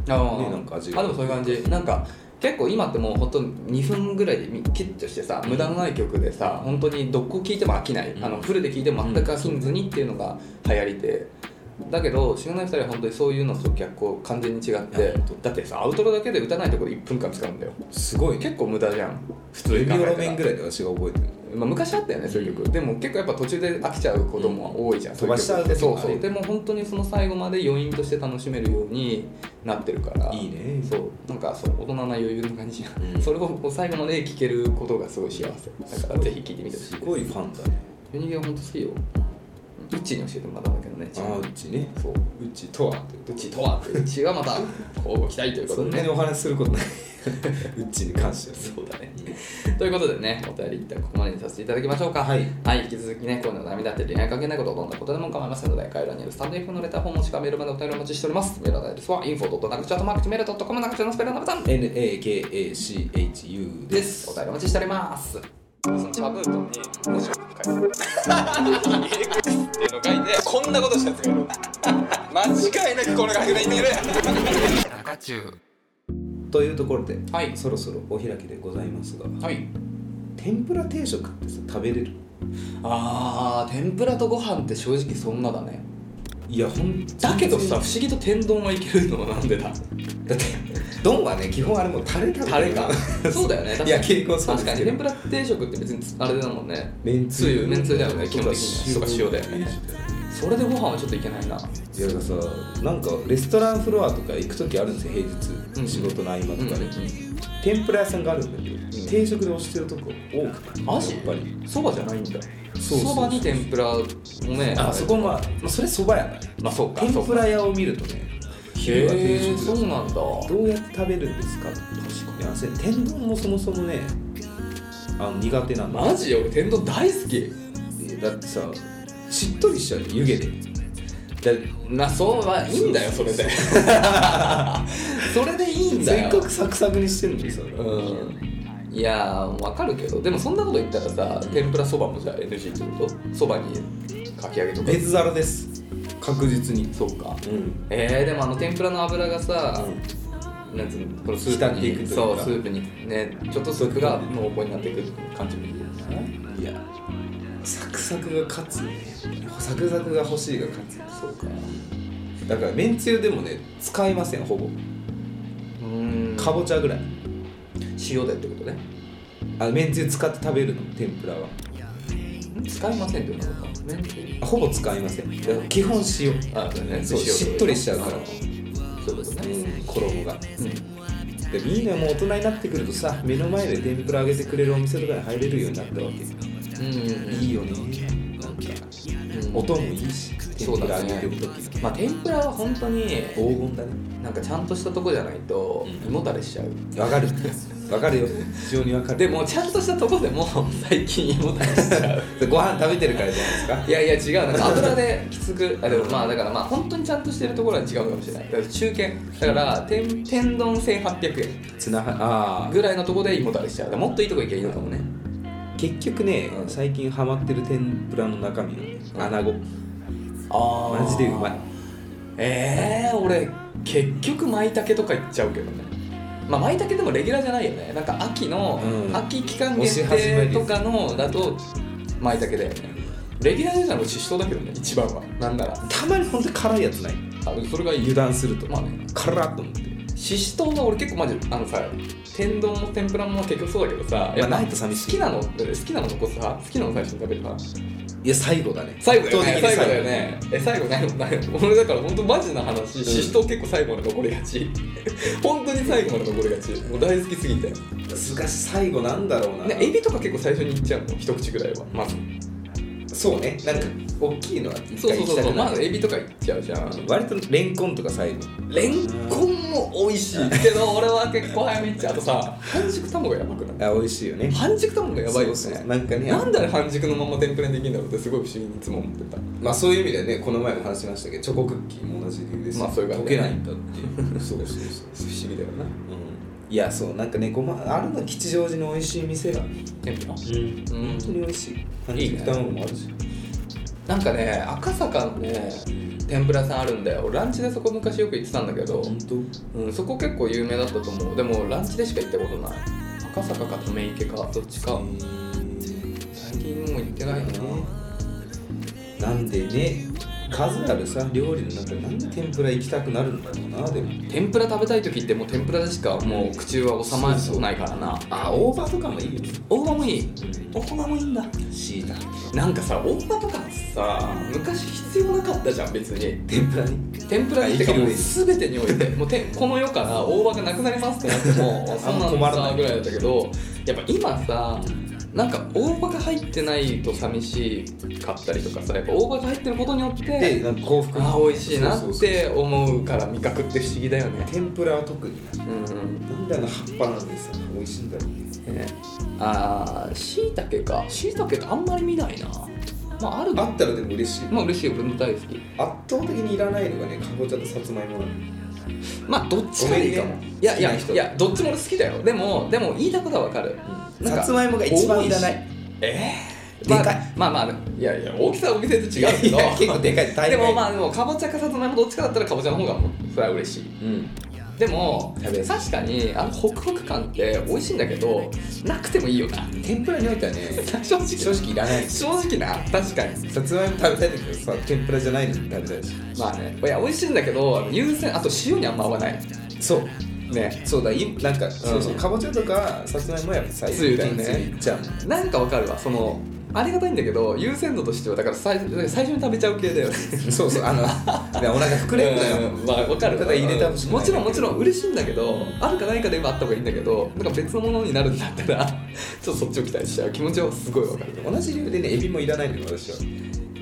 [SPEAKER 2] あー
[SPEAKER 1] ねなんか味が
[SPEAKER 2] あでもそういう感じなんか結構今ってもうほんと2分ぐらいでキュッとしてさ無駄のない曲でさ本当にどこ聴いても飽きない、
[SPEAKER 1] うん
[SPEAKER 2] あのフルで聴いても全く飽きずにっていうのが流行りでだけど知らない2人は本当にそういうのと逆行完全に違
[SPEAKER 1] い
[SPEAKER 2] っ
[SPEAKER 1] や
[SPEAKER 2] て
[SPEAKER 1] 本当
[SPEAKER 2] だってさアウトロだけで打たないところで1分間使うんだよ
[SPEAKER 1] すごいね
[SPEAKER 2] 結構無駄じゃん普通
[SPEAKER 1] レ
[SPEAKER 2] に
[SPEAKER 1] ビ
[SPEAKER 2] 考
[SPEAKER 1] オ
[SPEAKER 2] え
[SPEAKER 1] ラ
[SPEAKER 2] た
[SPEAKER 1] ベンぐ
[SPEAKER 2] ら
[SPEAKER 1] らいで私が覚えてる
[SPEAKER 2] まあ、昔あったよねそういう曲、でも結構やっぱ途中で飽きちゃうことも多いじゃん、
[SPEAKER 1] うん
[SPEAKER 2] そういう
[SPEAKER 1] 飛ば
[SPEAKER 2] 曲
[SPEAKER 1] しちゃう
[SPEAKER 2] って
[SPEAKER 1] 時
[SPEAKER 2] そ
[SPEAKER 1] もあ
[SPEAKER 2] う
[SPEAKER 1] る
[SPEAKER 2] そうでも本当にその最後まで余韻として楽しめるようになってるから
[SPEAKER 1] いいね
[SPEAKER 2] そうなんかそう大人な余裕の感じじゃん、
[SPEAKER 1] うん
[SPEAKER 2] それをこう最後まで聴けることがすごい幸せだからぜひ聴いてみてほしい
[SPEAKER 1] すごいファンだね
[SPEAKER 2] ユニゲは本当好きようっちーに教えてもらったんだけどね
[SPEAKER 1] ああうちね
[SPEAKER 2] そう
[SPEAKER 1] うちとは
[SPEAKER 2] うっちーとはうっちーはまたこうご期待というこ
[SPEAKER 1] そ
[SPEAKER 2] と
[SPEAKER 1] ん
[SPEAKER 2] で
[SPEAKER 1] なに
[SPEAKER 2] ね
[SPEAKER 1] お話しすることない うちに関してはね
[SPEAKER 2] そうだねということでね、お便りってここまでにさせていただきましょうか。
[SPEAKER 1] はい
[SPEAKER 2] 引き続きね、恋の悩みだって恋愛関係ないこと、どんなことでも構いませんので、概要欄にあるスタンド F のレターフォームもしくはメールまでお便りお待ちしております。メールのアドレスは info.nakucha.markgmail.com 中ちゃのスペルの皆さん
[SPEAKER 1] NAKACHU
[SPEAKER 2] で。
[SPEAKER 1] ですす
[SPEAKER 2] お便りお待ちしております。そのチャブートに文字を書いて、EX っていうの書いて、こんなことしたやつがいる。間違いなくこの学年にいる。中中。
[SPEAKER 1] というところで、
[SPEAKER 2] はい
[SPEAKER 1] そろそろお開きでございますが
[SPEAKER 2] はい。
[SPEAKER 1] 天ぷら定食ってさ食べれる
[SPEAKER 2] あー、天ぷらとご飯って正直そんなだね。
[SPEAKER 1] いやほん
[SPEAKER 2] だけどさ不思議と天丼はいけるのはなんでだ
[SPEAKER 1] だって丼はね基本あれもうタレ食べ
[SPEAKER 2] タ
[SPEAKER 1] て
[SPEAKER 2] レ
[SPEAKER 1] る
[SPEAKER 2] か そうだよね
[SPEAKER 1] いや傾向そうで
[SPEAKER 2] 確
[SPEAKER 1] す
[SPEAKER 2] かに
[SPEAKER 1] けど
[SPEAKER 2] 天ぷら定食って別にあれだもんね
[SPEAKER 1] めんつゆ
[SPEAKER 2] めんつゆだよね基本的にはそうか塩だよねそれでご飯はちょっといけないない
[SPEAKER 1] やだからさなんかレストランフロアとか行く時あるんですよ平日、
[SPEAKER 2] うん
[SPEAKER 1] 仕事の合間とかで、
[SPEAKER 2] うん
[SPEAKER 1] 天ぷら屋さんがあるんだけど、定食で押してるとこ多くて
[SPEAKER 2] マジ
[SPEAKER 1] やっぱり
[SPEAKER 2] そばじゃないんだ
[SPEAKER 1] そうそう
[SPEAKER 2] そばに天ぷらもね
[SPEAKER 1] あそこまあ、まあ、それそばやな
[SPEAKER 2] まあそうか
[SPEAKER 1] 天
[SPEAKER 2] そう
[SPEAKER 1] ぷ
[SPEAKER 2] から
[SPEAKER 1] 屋を見るとね
[SPEAKER 2] へ
[SPEAKER 1] 昼は定
[SPEAKER 2] え
[SPEAKER 1] 食
[SPEAKER 2] そうなんだ
[SPEAKER 1] どうやって食べるんですか確かにそれ天丼もそもそもねあの苦手なんだ
[SPEAKER 2] マジ俺天丼大好き
[SPEAKER 1] えだってさしっとりしちゃうよ湯気でだ
[SPEAKER 2] なそうまあいいんだよそれでそれでいいん
[SPEAKER 1] せ
[SPEAKER 2] だ
[SPEAKER 1] っ
[SPEAKER 2] よ
[SPEAKER 1] かくサクサクにしてるんですよ、
[SPEAKER 2] うんいやーわかるけどでもそんなこと言ったらさ天ぷらそばもじゃあ NG ってことそばにかき揚げとか
[SPEAKER 1] 別皿です確実に
[SPEAKER 2] そうか
[SPEAKER 1] うん
[SPEAKER 2] えー、でもあの天ぷらの油がさ、なんつうのこのスープ
[SPEAKER 1] 浸ってい
[SPEAKER 2] に
[SPEAKER 1] くというか
[SPEAKER 2] そうスープにねちょっとスープが濃厚になっていく感じもいいよね
[SPEAKER 1] いやサクサクが勝つねサクサクが欲しいが勝つ
[SPEAKER 2] そうか
[SPEAKER 1] だからめんつゆでもね使いませんほぼ
[SPEAKER 2] うーん
[SPEAKER 1] かぼちゃぐらい
[SPEAKER 2] 塩でってことね
[SPEAKER 1] あめんつゆ使って食べるの天ぷらは
[SPEAKER 2] 使いませんってことかめんつゆ
[SPEAKER 1] あほぼ使いませんいや基本塩
[SPEAKER 2] あそうだね
[SPEAKER 1] そう
[SPEAKER 2] 塩
[SPEAKER 1] しっとりしちゃうから
[SPEAKER 2] あそういうこと
[SPEAKER 1] う
[SPEAKER 2] ね、
[SPEAKER 1] ん衣が
[SPEAKER 2] うん
[SPEAKER 1] でみんなもう大人になってくるとさ目の前で天ぷら揚げてくれるお店とかに入れるようになったわけ
[SPEAKER 2] うん
[SPEAKER 1] いいよねなんか
[SPEAKER 2] うん
[SPEAKER 1] 音もいいし天
[SPEAKER 2] そう
[SPEAKER 1] ぷ
[SPEAKER 2] だ
[SPEAKER 1] ら揚
[SPEAKER 2] ね
[SPEAKER 1] げてる時
[SPEAKER 2] まあ天ぷらは本当に
[SPEAKER 1] 黄金だね
[SPEAKER 2] なんかちゃんとしたとこじゃないと胃もたれしちゃう、
[SPEAKER 1] わかるわかるよ非常にわかる
[SPEAKER 2] でもちゃんとしたとこでも最近胃もたれしちゃう
[SPEAKER 1] ご飯食べてるからじゃないですか
[SPEAKER 2] いやいや違うなんか油できつくあでもまあだからまあ本当にちゃんとしてるところは違うかもしれないだから中堅だから天天丼1800円
[SPEAKER 1] つなはあ
[SPEAKER 2] ぐらいのとこで胃もたれしちゃうだからもっといいとこ行けばいいのかもね
[SPEAKER 1] ー結局ね、
[SPEAKER 2] うん
[SPEAKER 1] 最近ハマってる天ぷらの中身はね穴子
[SPEAKER 2] あ
[SPEAKER 1] マジでうまい
[SPEAKER 2] えー、俺結局舞茸とか行っちゃうけどねまあ舞茸でもレギュラーじゃないよねなんか秋の、
[SPEAKER 1] うん
[SPEAKER 2] 秋期間
[SPEAKER 1] 押し
[SPEAKER 2] 限
[SPEAKER 1] 始め
[SPEAKER 2] 定
[SPEAKER 1] る
[SPEAKER 2] とかのだと舞茸だよねレギュラーじゃないのししとうだけどね一番はなんなら
[SPEAKER 1] たまにほんと辛いやつない
[SPEAKER 2] あそれがいい
[SPEAKER 1] 油断すると
[SPEAKER 2] まあね
[SPEAKER 1] 辛っと思って
[SPEAKER 2] ししとうは俺結構マジあのさ天丼も天ぷらも結局そうだけどさやっぱ
[SPEAKER 1] ないと寂しい
[SPEAKER 2] 好きなの好きなの残す派好きなの最初に食べる派
[SPEAKER 1] いや最後だね
[SPEAKER 2] 最後だよね
[SPEAKER 1] 圧倒
[SPEAKER 2] 最
[SPEAKER 1] 的に
[SPEAKER 2] 後だよねえ最後ないのないの 俺だから本当マジな話ししとう結構最後まで残りがち 本当に最後まで残りがちもう大好きすぎて、ね、
[SPEAKER 1] 難しい最後なんだろうな
[SPEAKER 2] エビとか結構最初にいっちゃうの一口ぐらいはまず
[SPEAKER 1] そうねなんか大きいのは一
[SPEAKER 2] そう
[SPEAKER 1] 回
[SPEAKER 2] そう
[SPEAKER 1] 行
[SPEAKER 2] そ
[SPEAKER 1] き
[SPEAKER 2] う
[SPEAKER 1] た
[SPEAKER 2] そ
[SPEAKER 1] く
[SPEAKER 2] う
[SPEAKER 1] な
[SPEAKER 2] まず
[SPEAKER 1] る
[SPEAKER 2] エビとかいっちゃうじゃん
[SPEAKER 1] 割とレンコンとか最後
[SPEAKER 2] レンコンも美味しいけど俺は結構早めにいっちゃうあとさ半熟卵やばくない
[SPEAKER 1] あ美味しいよね
[SPEAKER 2] 半熟卵やばいよ
[SPEAKER 1] そうそう
[SPEAKER 2] ね
[SPEAKER 1] なんかね
[SPEAKER 2] なんであれ半熟のまま天ぷらにできるんだろうってすごい不思議にいつも思ってた
[SPEAKER 1] まあそういう意味ではねこの前も話しましたけどチョコクッキーも同じ理由ですよ
[SPEAKER 2] まあそういう感
[SPEAKER 1] 溶
[SPEAKER 2] じ
[SPEAKER 1] け
[SPEAKER 2] だ
[SPEAKER 1] ない
[SPEAKER 2] ね
[SPEAKER 1] んだっていうそうそうそう、
[SPEAKER 2] 不思議だよな
[SPEAKER 1] うん、いやそうなんかねごまあるの吉祥寺の美味しい店が本
[SPEAKER 2] でも
[SPEAKER 1] 当
[SPEAKER 2] うん
[SPEAKER 1] に美味しい半
[SPEAKER 2] いいね
[SPEAKER 1] 熟卵もあるし
[SPEAKER 2] なんかね赤坂のね天ぷら屋さんあるんだよ俺ランチでそこ昔よく行ってたんだけど、
[SPEAKER 1] 本当
[SPEAKER 2] うん、そこ結構有名だったと思うでもランチでしか行ったことない赤坂かため池かどっちか最近もう行ってないな
[SPEAKER 1] なんでね数あるさ料理の中でなんで天ぷら行きたくなるんだろうなでも
[SPEAKER 2] 天ぷら食べたい時ってもう天ぷらでしかもう口は収まらないからな
[SPEAKER 1] あ大葉とかもいいよ
[SPEAKER 2] 大葉もいい
[SPEAKER 1] お
[SPEAKER 2] 大葉もいいんだ
[SPEAKER 1] しいた
[SPEAKER 2] なんかさ大葉とかさ昔必要なかったじゃん別に
[SPEAKER 1] 天ぷらに
[SPEAKER 2] 天ぷらにってかもう全てにおいてもうてこの世から大葉がなくなりますってなって もそんな
[SPEAKER 1] あんま
[SPEAKER 2] の
[SPEAKER 1] 困らな
[SPEAKER 2] さ
[SPEAKER 1] い
[SPEAKER 2] ぐらいだったけどやっぱ今さなんか大葉が入ってないと寂しかったりとかさやっぱ大葉が入ってることによっ
[SPEAKER 1] で
[SPEAKER 2] て
[SPEAKER 1] なんか幸福
[SPEAKER 2] あー美味しいな
[SPEAKER 1] そう
[SPEAKER 2] っ
[SPEAKER 1] そう
[SPEAKER 2] て思うから味覚って不思議だよね
[SPEAKER 1] そう天ぷらは特にな
[SPEAKER 2] うん
[SPEAKER 1] なんであの葉っぱなんでさ美味しいんだろうね
[SPEAKER 2] ねああしいたけかしいたけってあんまり見ないなまあある
[SPEAKER 1] あったらでも嬉しい
[SPEAKER 2] まあ嬉しいよ俺も大好き
[SPEAKER 1] 圧倒的にいらないのがねかぼちゃとさつまいもなの
[SPEAKER 2] まあどっちがいいかも
[SPEAKER 1] ごめんね
[SPEAKER 2] いやいや
[SPEAKER 1] 好きな人
[SPEAKER 2] いやどっちも俺好きだよでもでも言いたいことはわかるなんか
[SPEAKER 1] さつまいもが一番いらない
[SPEAKER 2] ええ
[SPEAKER 1] でかい
[SPEAKER 2] まあまあ、まあ、いやいや大きさはお店と違うけど
[SPEAKER 1] いや結構でかい大概
[SPEAKER 2] でもまあでもかぼちゃかさつまいもどっちかだったらかぼちゃの方がもうそれは嬉しい
[SPEAKER 1] うん
[SPEAKER 2] でも
[SPEAKER 1] 食べやすい
[SPEAKER 2] 確かにあのホクホク感って美味しいんだけどなくてもいいよな
[SPEAKER 1] 天ぷらにおいてはね
[SPEAKER 2] 正直
[SPEAKER 1] 正直いらないです
[SPEAKER 2] 正直な確かに
[SPEAKER 1] さつまいも食べたいんだけどさ天ぷらじゃないのに食べたいし
[SPEAKER 2] まあねいや美味しいんだけど優先あと塩にあんま合わない
[SPEAKER 1] そう
[SPEAKER 2] ね
[SPEAKER 1] そうだいなんか、そうそう
[SPEAKER 2] うん
[SPEAKER 1] かぼちゃとかさつまいもはやっぱ最
[SPEAKER 2] つゆ
[SPEAKER 1] み
[SPEAKER 2] だ
[SPEAKER 1] た
[SPEAKER 2] よ
[SPEAKER 1] いな
[SPEAKER 2] ね
[SPEAKER 1] つゆいっちゃうもん
[SPEAKER 2] なんかわかるわそのありがたいんだけど優先度としてはだから最最初に食べちゃう系だよね
[SPEAKER 1] そうそうあ のでお腹膨れるのよ、
[SPEAKER 2] まあわかる
[SPEAKER 1] ただ入れてほしくない
[SPEAKER 2] もちろんもちろん嬉しいんだけどあるかないかで今あった方がいいんだけどなんか別のものになるんだったら ちょっとそっちを期待しちゃう気持ちはすごいわかる
[SPEAKER 1] 同じ理由でねエビもいらないのよ私は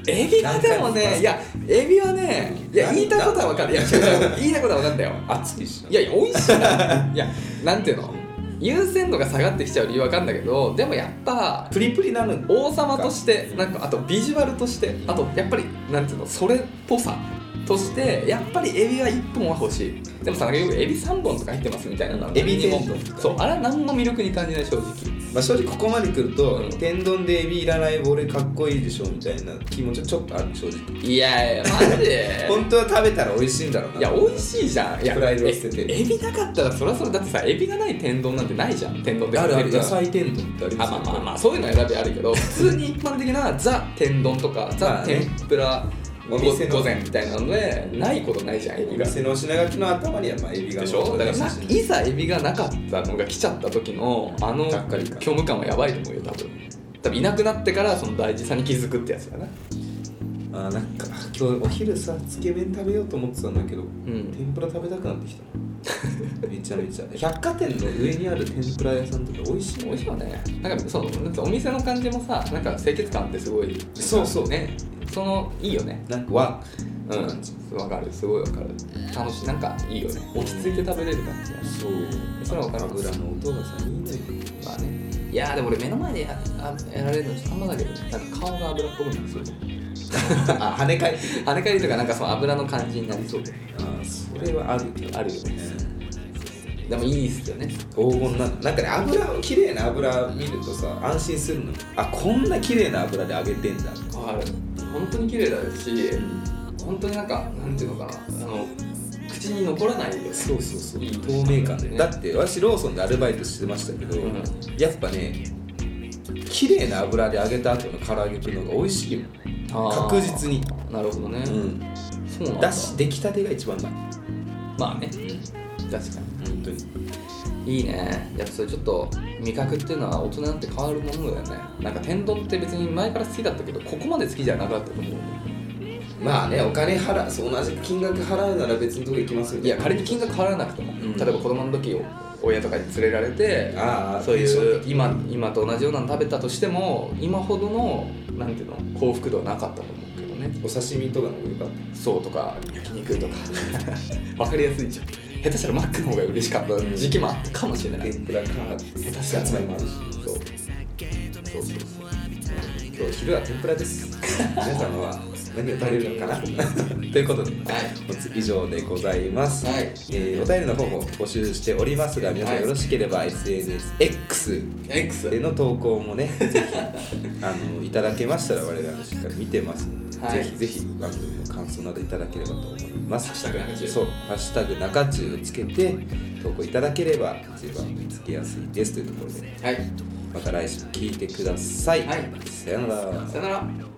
[SPEAKER 2] エビはでもねいやエビはねいや
[SPEAKER 1] なんだ
[SPEAKER 2] 言いたいことはわかるいや違う違う言いたいことはわかったよ
[SPEAKER 1] 熱いし
[SPEAKER 2] いやいや美味しいないやなんていうの優先度が下がってきちゃう理由わかんだけどでもやっぱ
[SPEAKER 1] プリプリなのよ
[SPEAKER 2] 王様としてなんかあとビジュアルとしてあとやっぱりなんていうのそれっぽさとしてやっぱりエビは1本は欲しいでもさなんかよくエビ3本とか入ってますみたいなのは
[SPEAKER 1] エビ
[SPEAKER 2] 何に
[SPEAKER 1] 天
[SPEAKER 2] も
[SPEAKER 1] 丼とか
[SPEAKER 2] そうあれは何の魅力に感じない正直
[SPEAKER 1] まあ、正直ここまで来ると、
[SPEAKER 2] うん
[SPEAKER 1] 天丼でエビいらない俺かっこいいでしょみたいな気持ちはちょっとある正直
[SPEAKER 2] いやいやマジ で
[SPEAKER 1] 本当は食べたら美味しいんだろうない
[SPEAKER 2] いや美味しいじゃんいや
[SPEAKER 1] プライドを捨てて
[SPEAKER 2] えエビなかったらそりゃそれだってさエビがない天丼なんてないじゃん天丼で
[SPEAKER 1] あるある
[SPEAKER 2] 食べ
[SPEAKER 1] 野
[SPEAKER 2] るじゃん
[SPEAKER 1] 菜天丼ってあり
[SPEAKER 2] あ
[SPEAKER 1] ます
[SPEAKER 2] ま
[SPEAKER 1] よ
[SPEAKER 2] あまあまあそういうのは選びあ るけど普通に一般的なザ天丼とか
[SPEAKER 1] ま
[SPEAKER 2] ザ
[SPEAKER 1] あね
[SPEAKER 2] 天ぷら
[SPEAKER 1] お店の
[SPEAKER 2] 午前みたいなのでないことないじゃんエビ
[SPEAKER 1] お
[SPEAKER 2] が
[SPEAKER 1] 店のお品書きの頭にはまあエビが
[SPEAKER 2] でしょだから
[SPEAKER 1] ま
[SPEAKER 2] な
[SPEAKER 1] あ
[SPEAKER 2] いざエビがなかったのが来ちゃった時のあの
[SPEAKER 1] がっかり感
[SPEAKER 2] 虚無感はやばいと思うよ多分多分いなくなってからその大事さに気づくってやつだな
[SPEAKER 1] あーなんか今日お昼さつけ麺食べようと思ってたんだけど、
[SPEAKER 2] ん
[SPEAKER 1] 天ぷら食べたくなってき ためちゃめちゃ百貨店の上にある天ぷら屋さんとか美味しい
[SPEAKER 2] 美味しいよねなんかそうなんかお店の感じもさなんか清潔感ってすごい
[SPEAKER 1] そうそう
[SPEAKER 2] ねそのいいよね
[SPEAKER 1] なんか和
[SPEAKER 2] う
[SPEAKER 1] うん
[SPEAKER 2] んわかるすごいわかる楽しいなんかいいよね落ち着いて食べれる感じが
[SPEAKER 1] そう
[SPEAKER 2] それはわかる
[SPEAKER 1] 油の音がさいいのよ
[SPEAKER 2] まあねいやーでも俺目の前でやあやられるのちょっとあんまだけどなんか顔が油っぽくなり そうで
[SPEAKER 1] あ跳ね返って
[SPEAKER 2] 跳ね返りとかなんかその油の感じになりそうで
[SPEAKER 1] あーそれはあるけど
[SPEAKER 2] あるよねでもいいっすよね
[SPEAKER 1] 黄金なのなんかね油を綺麗な油見るとさ安心するのあこんな綺麗な油で揚げてんだ
[SPEAKER 2] ある本当に綺麗だし本当になんかなんていうのかなあの口に残らないよね
[SPEAKER 1] そうそうそう
[SPEAKER 2] いい
[SPEAKER 1] 透明感でねだって私ローソンでアルバイトしてましたけど、
[SPEAKER 2] うん
[SPEAKER 1] やっぱね綺麗な油で揚げた後の唐揚げ食うのが美味しいもん
[SPEAKER 2] あー
[SPEAKER 1] 確実に
[SPEAKER 2] なるほどね、
[SPEAKER 1] うん
[SPEAKER 2] そうなんだ
[SPEAKER 1] だし出来たてが一番うまい
[SPEAKER 2] まあね確か
[SPEAKER 1] 本当に
[SPEAKER 2] にいいねやっぱそれちょっと味覚っていうのは大人になって変わるものだよねなんか天丼って別に前から好きだったけどここまで好きじゃなかったと思う
[SPEAKER 1] まあねお金払うそう同じ金額払うなら別のとこ行きますよ
[SPEAKER 2] いや仮に金額変わらなくても、
[SPEAKER 1] ん
[SPEAKER 2] 例えば子供の時を親とかに連れられて
[SPEAKER 1] ああ
[SPEAKER 2] そういう今今と同じようなの食べたとしても今ほどのなんていうの幸福度はなかったと思うけどね
[SPEAKER 1] お刺身とかの方が良かっ
[SPEAKER 2] そうとか焼肉とか わかりやすいじゃん下手したらマックの方が嬉しかった時期もあったかもしれ
[SPEAKER 1] た
[SPEAKER 2] ない
[SPEAKER 1] 天ぷらか
[SPEAKER 2] 下手した
[SPEAKER 1] さ
[SPEAKER 2] ら
[SPEAKER 1] つまいもあるし
[SPEAKER 2] そうそうそうそう
[SPEAKER 1] 今日昼は天ぷらです。 皆さんは何を食べるのかなということで、以上でございます。
[SPEAKER 2] はい
[SPEAKER 1] えーお便りの方も募集しておりますが、皆さんよろしければ SNSX
[SPEAKER 2] X
[SPEAKER 1] での投稿 もね、ぜひあのいただけましたら我々もしっかり見てますので、
[SPEAKER 2] はい
[SPEAKER 1] ぜひぜひ番組の感想などいただければと思います。
[SPEAKER 2] ハッシュタグ中
[SPEAKER 1] そう、ハッシュタグ中中をつけて投稿いただければ一番見つけやすいですというところで、
[SPEAKER 2] はい
[SPEAKER 1] また来週聞いてください。
[SPEAKER 2] はい
[SPEAKER 1] さよなら。
[SPEAKER 2] さよなら